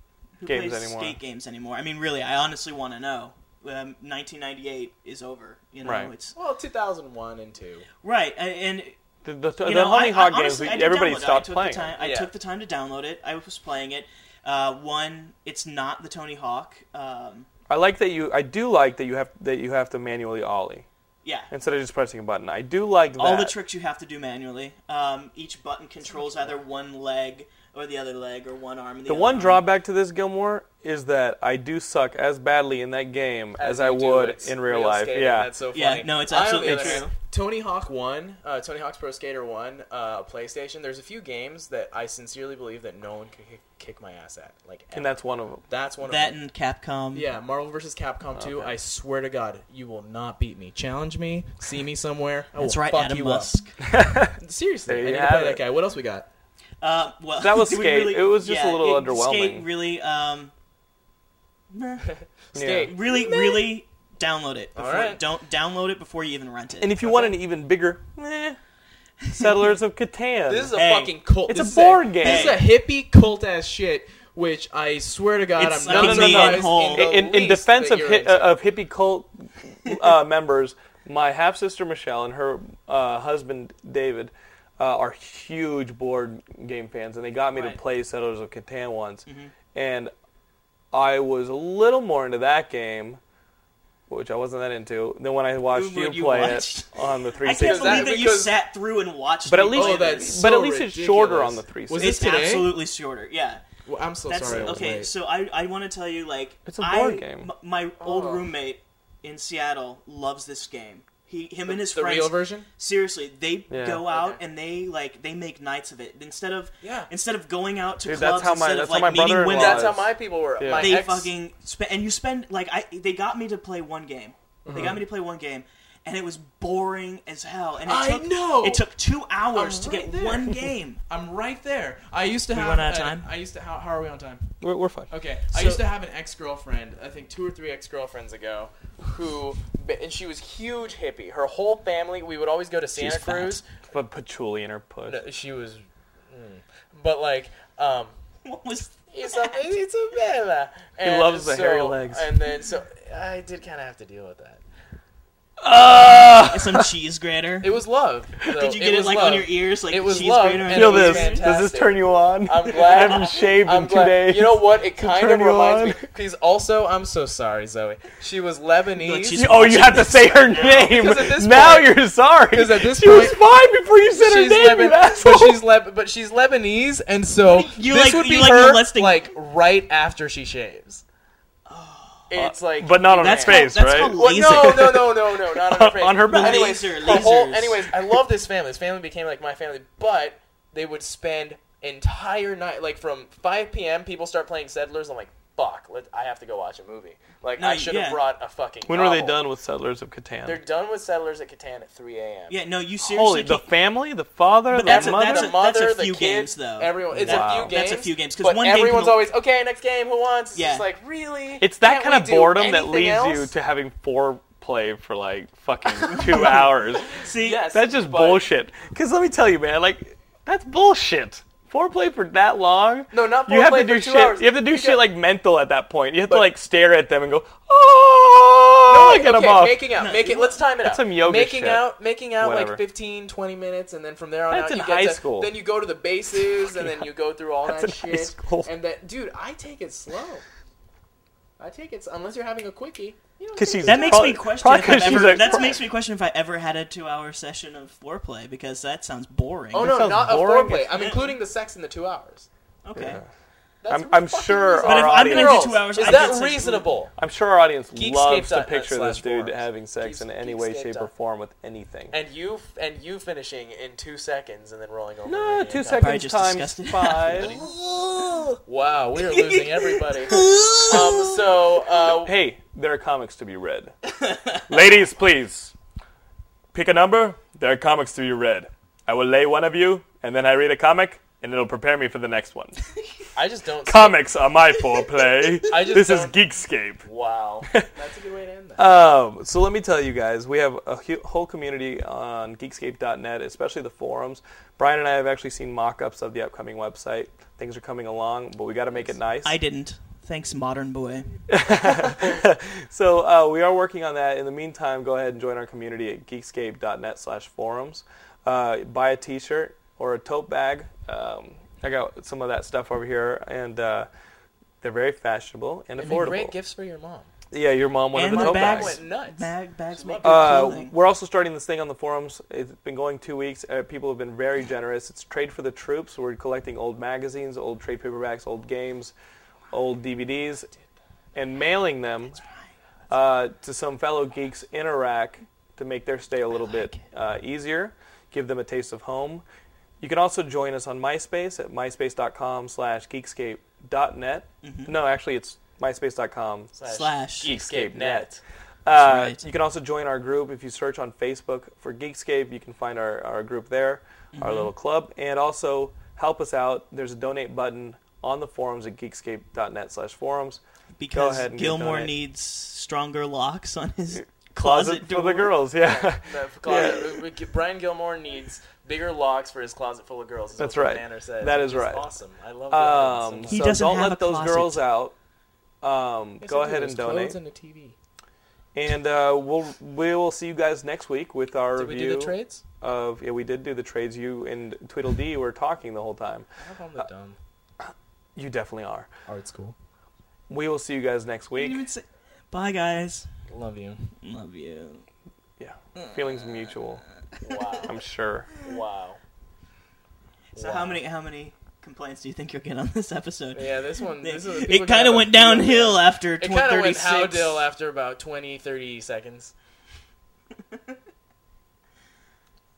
Speaker 4: who
Speaker 3: Games
Speaker 4: plays
Speaker 3: anymore.
Speaker 4: skate games anymore? I mean, really, I honestly want to know. Um, 1998 is over. You know,
Speaker 3: Right.
Speaker 4: it's
Speaker 5: well, 2001 and two.
Speaker 4: right, I- and
Speaker 3: The, the, the
Speaker 4: you know,
Speaker 3: Honey
Speaker 4: I,
Speaker 3: Hog
Speaker 4: I,
Speaker 3: games,
Speaker 4: honestly,
Speaker 3: we-
Speaker 4: I did
Speaker 3: everybody
Speaker 4: download it.
Speaker 3: stopped
Speaker 4: I took
Speaker 3: playing.
Speaker 4: The time, I
Speaker 5: Yeah.
Speaker 4: took the time to download it. I was playing it. Uh, one, it's not the Tony Hawk. Um,
Speaker 3: I like that you. I do like that you have that you have to manually ollie
Speaker 4: yeah,
Speaker 3: instead of just pressing a button. I do like that.
Speaker 4: all the tricks you have to do manually. Um, each button controls either one leg or the other leg or one arm. And the
Speaker 3: The
Speaker 4: other
Speaker 3: one
Speaker 4: arm.
Speaker 3: drawback to this, Gilmore, is that I do suck as badly in that game as, I
Speaker 5: you do
Speaker 3: would
Speaker 5: at
Speaker 3: in real, life.
Speaker 5: skating.
Speaker 3: Yeah.
Speaker 5: That's so funny.
Speaker 4: Yeah, no, it's
Speaker 5: I, on the
Speaker 4: absolutely
Speaker 5: other
Speaker 4: true.
Speaker 5: hand, Tony Hawk 1, uh, Tony Hawk's Pro Skater 1, uh, PlayStation, there's a few games that I sincerely believe that no one could kick, kick my ass at. Like,
Speaker 3: and
Speaker 5: ever.
Speaker 3: that's one of them.
Speaker 5: that's one
Speaker 4: That
Speaker 5: of them.
Speaker 4: and Capcom.
Speaker 5: Yeah, Marvel vs. Capcom 2,
Speaker 3: Okay.
Speaker 5: I swear to God, you will not beat me. Challenge me, see me somewhere. I
Speaker 4: That's
Speaker 5: will
Speaker 4: right,
Speaker 5: fuck
Speaker 4: Adam
Speaker 5: you
Speaker 4: Musk.
Speaker 5: up. Seriously,
Speaker 3: There
Speaker 5: I
Speaker 3: you
Speaker 5: need to
Speaker 3: have
Speaker 5: play
Speaker 3: it.
Speaker 5: that guy. What else we got?
Speaker 4: Uh, well,
Speaker 3: That was
Speaker 4: did <laughs> we
Speaker 3: Skate. It was just a
Speaker 4: yeah,
Speaker 3: little
Speaker 4: it- Skate
Speaker 3: underwhelming.
Speaker 4: really, um, meh.
Speaker 5: Skate.
Speaker 4: really, really download it.
Speaker 5: All
Speaker 4: Before,
Speaker 5: right.
Speaker 4: Don't download it before you even rent it.
Speaker 3: And if you want an even bigger, eh, Settlers of Catan.
Speaker 5: <laughs> This is a
Speaker 4: Hey,
Speaker 5: fucking cult.
Speaker 3: it's
Speaker 5: this
Speaker 3: a
Speaker 5: is
Speaker 3: board game.
Speaker 5: This is a hippie cult ass shit, which I swear to God,
Speaker 4: It's
Speaker 5: I'm not
Speaker 3: like me
Speaker 5: surprised
Speaker 3: and
Speaker 4: Hole.
Speaker 5: the
Speaker 3: in, in
Speaker 5: least
Speaker 3: defense
Speaker 5: that
Speaker 3: of
Speaker 5: you're
Speaker 3: hi-
Speaker 5: into.
Speaker 3: uh, of hippie cult uh, <laughs> members, my half sister Michelle and her uh, husband David uh, are huge board game fans, and they got me
Speaker 4: Right.
Speaker 3: to play Settlers of Catan once,
Speaker 5: Mm-hmm.
Speaker 3: and I was a little more into that game. Which I wasn't that into. Then when I watched
Speaker 4: Who would
Speaker 3: you
Speaker 4: you
Speaker 3: play
Speaker 4: watch?
Speaker 3: it <laughs> on the
Speaker 4: I can't
Speaker 3: 360,
Speaker 4: believe
Speaker 5: that-
Speaker 4: that you
Speaker 5: because-
Speaker 4: sat through and watched.
Speaker 3: But at
Speaker 4: me
Speaker 3: least-
Speaker 4: play
Speaker 5: Oh,
Speaker 4: this.
Speaker 5: that's
Speaker 3: uh, but
Speaker 5: so
Speaker 3: at least it's shorter
Speaker 5: ridiculous.
Speaker 3: on the 360.
Speaker 5: Was
Speaker 4: it's
Speaker 5: this today?
Speaker 4: absolutely shorter. Yeah.
Speaker 5: Well, I'm so
Speaker 4: That's
Speaker 5: Oh, sorry. I was
Speaker 4: okay.
Speaker 5: late.
Speaker 4: So I, I want to tell you like
Speaker 3: It's a
Speaker 4: I-
Speaker 3: board game.
Speaker 4: m- my old
Speaker 5: Oh.
Speaker 4: roommate in Seattle loves this game. He him and his
Speaker 5: the
Speaker 4: friends
Speaker 5: real version.
Speaker 4: Seriously, they
Speaker 3: Yeah.
Speaker 4: go out
Speaker 5: Okay.
Speaker 4: and they like they make nights of it instead of
Speaker 5: Yeah.
Speaker 4: instead of going out to
Speaker 3: Dude, that's
Speaker 4: clubs
Speaker 3: how my-
Speaker 4: instead
Speaker 3: that's how
Speaker 4: of like
Speaker 3: my
Speaker 4: meeting
Speaker 3: brother-in-law
Speaker 4: women.
Speaker 5: That's
Speaker 3: Well,
Speaker 5: how my people were.
Speaker 3: yeah.
Speaker 5: My
Speaker 4: they
Speaker 5: ex,
Speaker 4: fucking spend and you spend like I they got me to play one game. They
Speaker 3: Mm-hmm.
Speaker 4: got me to play one game. And it was boring as hell. And it
Speaker 5: I
Speaker 4: took,
Speaker 5: know!
Speaker 4: it took two hours
Speaker 5: I'm
Speaker 4: to
Speaker 5: right
Speaker 4: get
Speaker 5: there.
Speaker 4: one
Speaker 5: <laughs>
Speaker 4: game.
Speaker 5: I'm right there. I used to
Speaker 4: We
Speaker 5: have.
Speaker 4: run out of
Speaker 5: an-
Speaker 4: time?
Speaker 5: I used to. How, how are we on time?
Speaker 3: we're, we're fine.
Speaker 5: Okay. I
Speaker 4: So-
Speaker 5: used to have an ex girlfriend, I think two or three ex girlfriends ago, who, and she was huge hippie. Her whole family, we would always go to
Speaker 4: fat.
Speaker 5: Santa Cruz.
Speaker 3: But patchouli in her puss.
Speaker 5: No, she was. mm. But, like, um,
Speaker 4: What was
Speaker 5: it's a, it's a
Speaker 3: <laughs>
Speaker 5: bella. And
Speaker 3: loves the
Speaker 5: so-
Speaker 3: hairy legs.
Speaker 5: And then, so I did kind of have to deal with that.
Speaker 1: Ah!
Speaker 4: some cheese grater.
Speaker 5: It was love.
Speaker 4: <laughs>
Speaker 5: though.
Speaker 4: Did you get it,
Speaker 5: was
Speaker 4: like
Speaker 5: love.
Speaker 4: on your ears, like
Speaker 5: It was
Speaker 4: cheese
Speaker 5: love,
Speaker 4: grater?
Speaker 5: and
Speaker 4: on
Speaker 5: it
Speaker 3: Feel
Speaker 4: your
Speaker 3: this.
Speaker 4: ears?
Speaker 5: was
Speaker 3: Does this
Speaker 5: fantastic.
Speaker 3: turn you on?
Speaker 4: <laughs>
Speaker 5: I'm glad-
Speaker 3: <laughs> I haven't shaved
Speaker 5: I'm
Speaker 3: in two
Speaker 5: glad-
Speaker 3: days.
Speaker 5: You know what? It kind of
Speaker 3: turn you
Speaker 5: reminds
Speaker 3: on.
Speaker 5: me. Because also, I'm so sorry, Zoe. She was Lebanese.
Speaker 4: Like she's-
Speaker 3: oh, you have to say
Speaker 5: <laughs>
Speaker 3: her name.
Speaker 5: Because at this
Speaker 3: Now
Speaker 5: point-
Speaker 3: you're sorry.
Speaker 5: 'Cause at this
Speaker 3: she was
Speaker 5: point-
Speaker 3: fine before you <laughs> said her
Speaker 5: she's
Speaker 3: name,
Speaker 5: Leban-
Speaker 3: you asshole.
Speaker 5: but she's Leb- but she's Lebanese, and so
Speaker 4: You
Speaker 5: this
Speaker 4: like-
Speaker 5: would
Speaker 4: you
Speaker 5: be
Speaker 4: like
Speaker 5: her
Speaker 4: molesting- Oh.
Speaker 5: like right after she shaves. It's like,
Speaker 3: Uh, but not on
Speaker 4: That's
Speaker 3: her face,
Speaker 4: called- that's
Speaker 3: right?
Speaker 4: called
Speaker 5: Well, no,
Speaker 4: laser.
Speaker 5: no, no, no, no,
Speaker 4: <laughs>
Speaker 5: not on her face.
Speaker 3: On her
Speaker 5: But
Speaker 3: booty.
Speaker 5: anyways,
Speaker 4: Laser,
Speaker 5: the whole,
Speaker 4: lasers.
Speaker 5: anyways, I love this family. This family became like my family, but they would spend entire night, like from 5 p.m. People start playing Settlers. I'm like, fuck, let, I have to go watch a movie. Like
Speaker 4: No,
Speaker 5: I should have
Speaker 4: yeah.
Speaker 5: brought a fucking.
Speaker 3: when were they
Speaker 5: novel.
Speaker 3: done with Settlers of Catan?
Speaker 5: They're done with Settlers at Catan at 3 a.m.
Speaker 4: Yeah, no, you seriously.
Speaker 3: Holy, the
Speaker 4: can't-
Speaker 3: family, the father, the
Speaker 4: that's a-
Speaker 3: mother.
Speaker 4: that's
Speaker 5: the
Speaker 4: a-
Speaker 5: mother, the
Speaker 4: few
Speaker 5: kid,
Speaker 4: games, though.
Speaker 5: Everyone, it's
Speaker 3: Wow.
Speaker 5: a few games.
Speaker 4: That's a few games, 'cause
Speaker 5: But
Speaker 4: one game can
Speaker 5: everyone's
Speaker 4: al-
Speaker 5: always okay. Next game, who wants? It's
Speaker 4: Yeah.
Speaker 5: just like really.
Speaker 3: it's that
Speaker 5: Can't
Speaker 3: kind
Speaker 5: we
Speaker 3: of
Speaker 5: do
Speaker 3: boredom that
Speaker 5: anything
Speaker 3: leads you
Speaker 5: else?
Speaker 3: to having foreplay for like
Speaker 4: <laughs>
Speaker 3: fucking two hours.
Speaker 4: See,
Speaker 5: Yes.
Speaker 3: That's just
Speaker 5: but-
Speaker 3: bullshit. Because let me tell you, man, like that's bullshit. Foreplay for that long?
Speaker 5: No, not
Speaker 3: You have
Speaker 5: foreplay
Speaker 3: to do
Speaker 5: for two
Speaker 3: shit.
Speaker 5: hours.
Speaker 3: You have to do
Speaker 5: You
Speaker 3: shit
Speaker 5: got-
Speaker 3: like mental at that point. You have to
Speaker 5: But-
Speaker 3: like stare at them and go, oh,
Speaker 5: Like,
Speaker 3: get 'em
Speaker 5: okay,
Speaker 3: off.
Speaker 5: making out.
Speaker 4: No,
Speaker 5: Make
Speaker 4: you
Speaker 5: it. Let's time it out.
Speaker 3: some yoga
Speaker 5: making
Speaker 3: shit.
Speaker 5: out, making out
Speaker 3: Whatever.
Speaker 5: like 15, 20 minutes, and then from there on
Speaker 3: That's
Speaker 5: out,
Speaker 3: in
Speaker 5: you get
Speaker 3: high
Speaker 5: to,
Speaker 3: school.
Speaker 5: Then you go to the
Speaker 3: <laughs>
Speaker 5: bases, and then you go through all
Speaker 3: That's
Speaker 5: that
Speaker 3: in
Speaker 5: shit.
Speaker 3: high school.
Speaker 5: And that, dude, I take it slow. I take it s- unless you're having a quickie. you don't
Speaker 3: 'Cause
Speaker 5: take
Speaker 3: she's
Speaker 5: it
Speaker 4: That makes
Speaker 3: Probably-
Speaker 4: me question.
Speaker 3: probably
Speaker 4: If I've
Speaker 3: 'cause she's
Speaker 4: ever,
Speaker 3: like-
Speaker 4: that makes me question if I ever had a two-hour session of foreplay because that sounds boring.
Speaker 5: Oh no,
Speaker 3: sounds
Speaker 5: not a
Speaker 3: boring
Speaker 5: foreplay.
Speaker 3: as-
Speaker 5: I'm including the sex in the two hours.
Speaker 4: Okay.
Speaker 5: That's
Speaker 3: I'm- I'm
Speaker 5: fucking
Speaker 3: sure
Speaker 5: reasonable.
Speaker 3: But if our I'm gonna do
Speaker 5: Girls,
Speaker 4: two hours,
Speaker 5: is
Speaker 4: I
Speaker 5: that
Speaker 4: get sex-
Speaker 5: reasonable?
Speaker 3: I'm sure our audience
Speaker 5: Geekscape
Speaker 3: loves to
Speaker 5: dot-
Speaker 3: picture
Speaker 5: slash
Speaker 3: this dude
Speaker 5: forums.
Speaker 3: having sex in
Speaker 5: Geeks-
Speaker 3: any way,
Speaker 5: Geekscape
Speaker 3: shape, or
Speaker 5: dot-
Speaker 3: form with anything.
Speaker 5: And you f- and you finishing in two seconds and then rolling over.
Speaker 3: No,
Speaker 5: and
Speaker 3: two
Speaker 5: you're done.
Speaker 4: Probably
Speaker 3: seconds
Speaker 4: just
Speaker 3: times
Speaker 4: disgusted.
Speaker 3: five.
Speaker 4: <laughs>
Speaker 5: <laughs> Wow, we are
Speaker 3: <laughs>
Speaker 5: losing everybody. um, so uh,
Speaker 3: hey, there are comics to be read. <laughs> Ladies, please pick a number. There are comics to be read. I will lay one of you, and then I read a comic, and it'll prepare me for the next
Speaker 5: <laughs>
Speaker 3: one.
Speaker 5: I just don't.
Speaker 3: comics are my foreplay.
Speaker 5: <laughs> I just
Speaker 3: this is
Speaker 5: don't-
Speaker 3: Geekscape.
Speaker 5: <laughs> Wow, that's a good way to end that.
Speaker 3: Um, so let me tell you guys, we have a hu- whole community on Geekscape.net, especially the forums. Brian and I have actually seen mock-ups of the upcoming website. Things are coming along, but we got to make it nice.
Speaker 4: I didn't. Thanks, modern boy.
Speaker 3: so uh, we are working on that. In the meantime, go ahead and join our community at geekscape.net slash forums. Uh, buy a t-shirt or a tote bag. Um, I got some of that stuff over here, and uh, they're very fashionable and
Speaker 5: It'd be
Speaker 3: affordable.
Speaker 5: great gifts for your mom.
Speaker 3: Yeah, your mom wanted
Speaker 4: And
Speaker 3: the
Speaker 4: my
Speaker 3: tote
Speaker 4: bags.
Speaker 3: bags.
Speaker 5: Went nuts.
Speaker 4: Bag bags make good
Speaker 3: Uh,
Speaker 4: clothing.
Speaker 3: we're also starting this thing on the forums. It's been going two weeks. Uh, people have been very generous. It's Trade for the Troops. We're collecting old magazines, old trade paperbacks, old games, old DVDs, and mailing them uh, to some fellow geeks in Iraq to make their stay a little bit uh, easier, give them a taste of home. You can also join us on MySpace at myspace.com slash geekscape.net. No, actually, it's myspace.com
Speaker 4: Slash.
Speaker 5: Geekscape
Speaker 3: net.
Speaker 5: net.
Speaker 3: uh,
Speaker 4: right.
Speaker 3: You can also join our group if you search on Facebook for Geekscape. You can find our, our group there,
Speaker 4: Mm-hmm.
Speaker 3: our little club, and also help us out. There's a donate button on the forums at geekscape.net/forums.
Speaker 4: because
Speaker 3: ahead and
Speaker 4: Gilmore
Speaker 3: donate.
Speaker 4: needs stronger locks on <laughs> his
Speaker 3: Closet
Speaker 4: closet,
Speaker 3: for
Speaker 4: door.
Speaker 3: the girls, <laughs> yeah. Um,
Speaker 5: The closet- we- we- Brian Gilmore needs bigger locks for his closet full of girls. is
Speaker 3: That's
Speaker 5: what the
Speaker 3: right.
Speaker 5: banner says,
Speaker 3: That
Speaker 5: which
Speaker 3: is right.
Speaker 5: Awesome. I love that. so
Speaker 3: Um,
Speaker 5: much.
Speaker 4: He
Speaker 3: so
Speaker 4: doesn't
Speaker 3: don't
Speaker 4: have
Speaker 3: let
Speaker 4: a
Speaker 3: those
Speaker 4: closet.
Speaker 3: girls out. Um,
Speaker 5: Yes,
Speaker 3: go
Speaker 5: I do.
Speaker 3: ahead
Speaker 5: There's
Speaker 3: and donate,
Speaker 5: Clothes and a TV.
Speaker 3: and uh, we'll we will see you guys next week with our
Speaker 5: Did we
Speaker 3: review
Speaker 5: do the trades?
Speaker 3: of yeah we did do the trades. You and Tweedledee were talking the whole time.
Speaker 5: I hope
Speaker 3: Uh,
Speaker 5: I'm the dumb.
Speaker 3: You definitely are.
Speaker 5: Art school.
Speaker 3: We will see you guys next
Speaker 4: I didn't
Speaker 3: week.
Speaker 4: even say- Bye, guys.
Speaker 5: Love you.
Speaker 4: Love you.
Speaker 3: Yeah, feelings mutual.
Speaker 5: Wow.
Speaker 3: I'm sure.
Speaker 5: wow.
Speaker 4: So
Speaker 5: Wow.
Speaker 4: how many how many complaints do you think you'll get on this episode?
Speaker 5: Yeah, this one.
Speaker 3: <laughs>
Speaker 5: This is, people
Speaker 4: it
Speaker 5: can
Speaker 4: kind
Speaker 5: have
Speaker 4: of
Speaker 5: a
Speaker 4: went
Speaker 5: feel.
Speaker 4: downhill after
Speaker 5: It
Speaker 4: tw-
Speaker 5: kind of went
Speaker 4: 36.
Speaker 5: howdill after about 20, 30 seconds.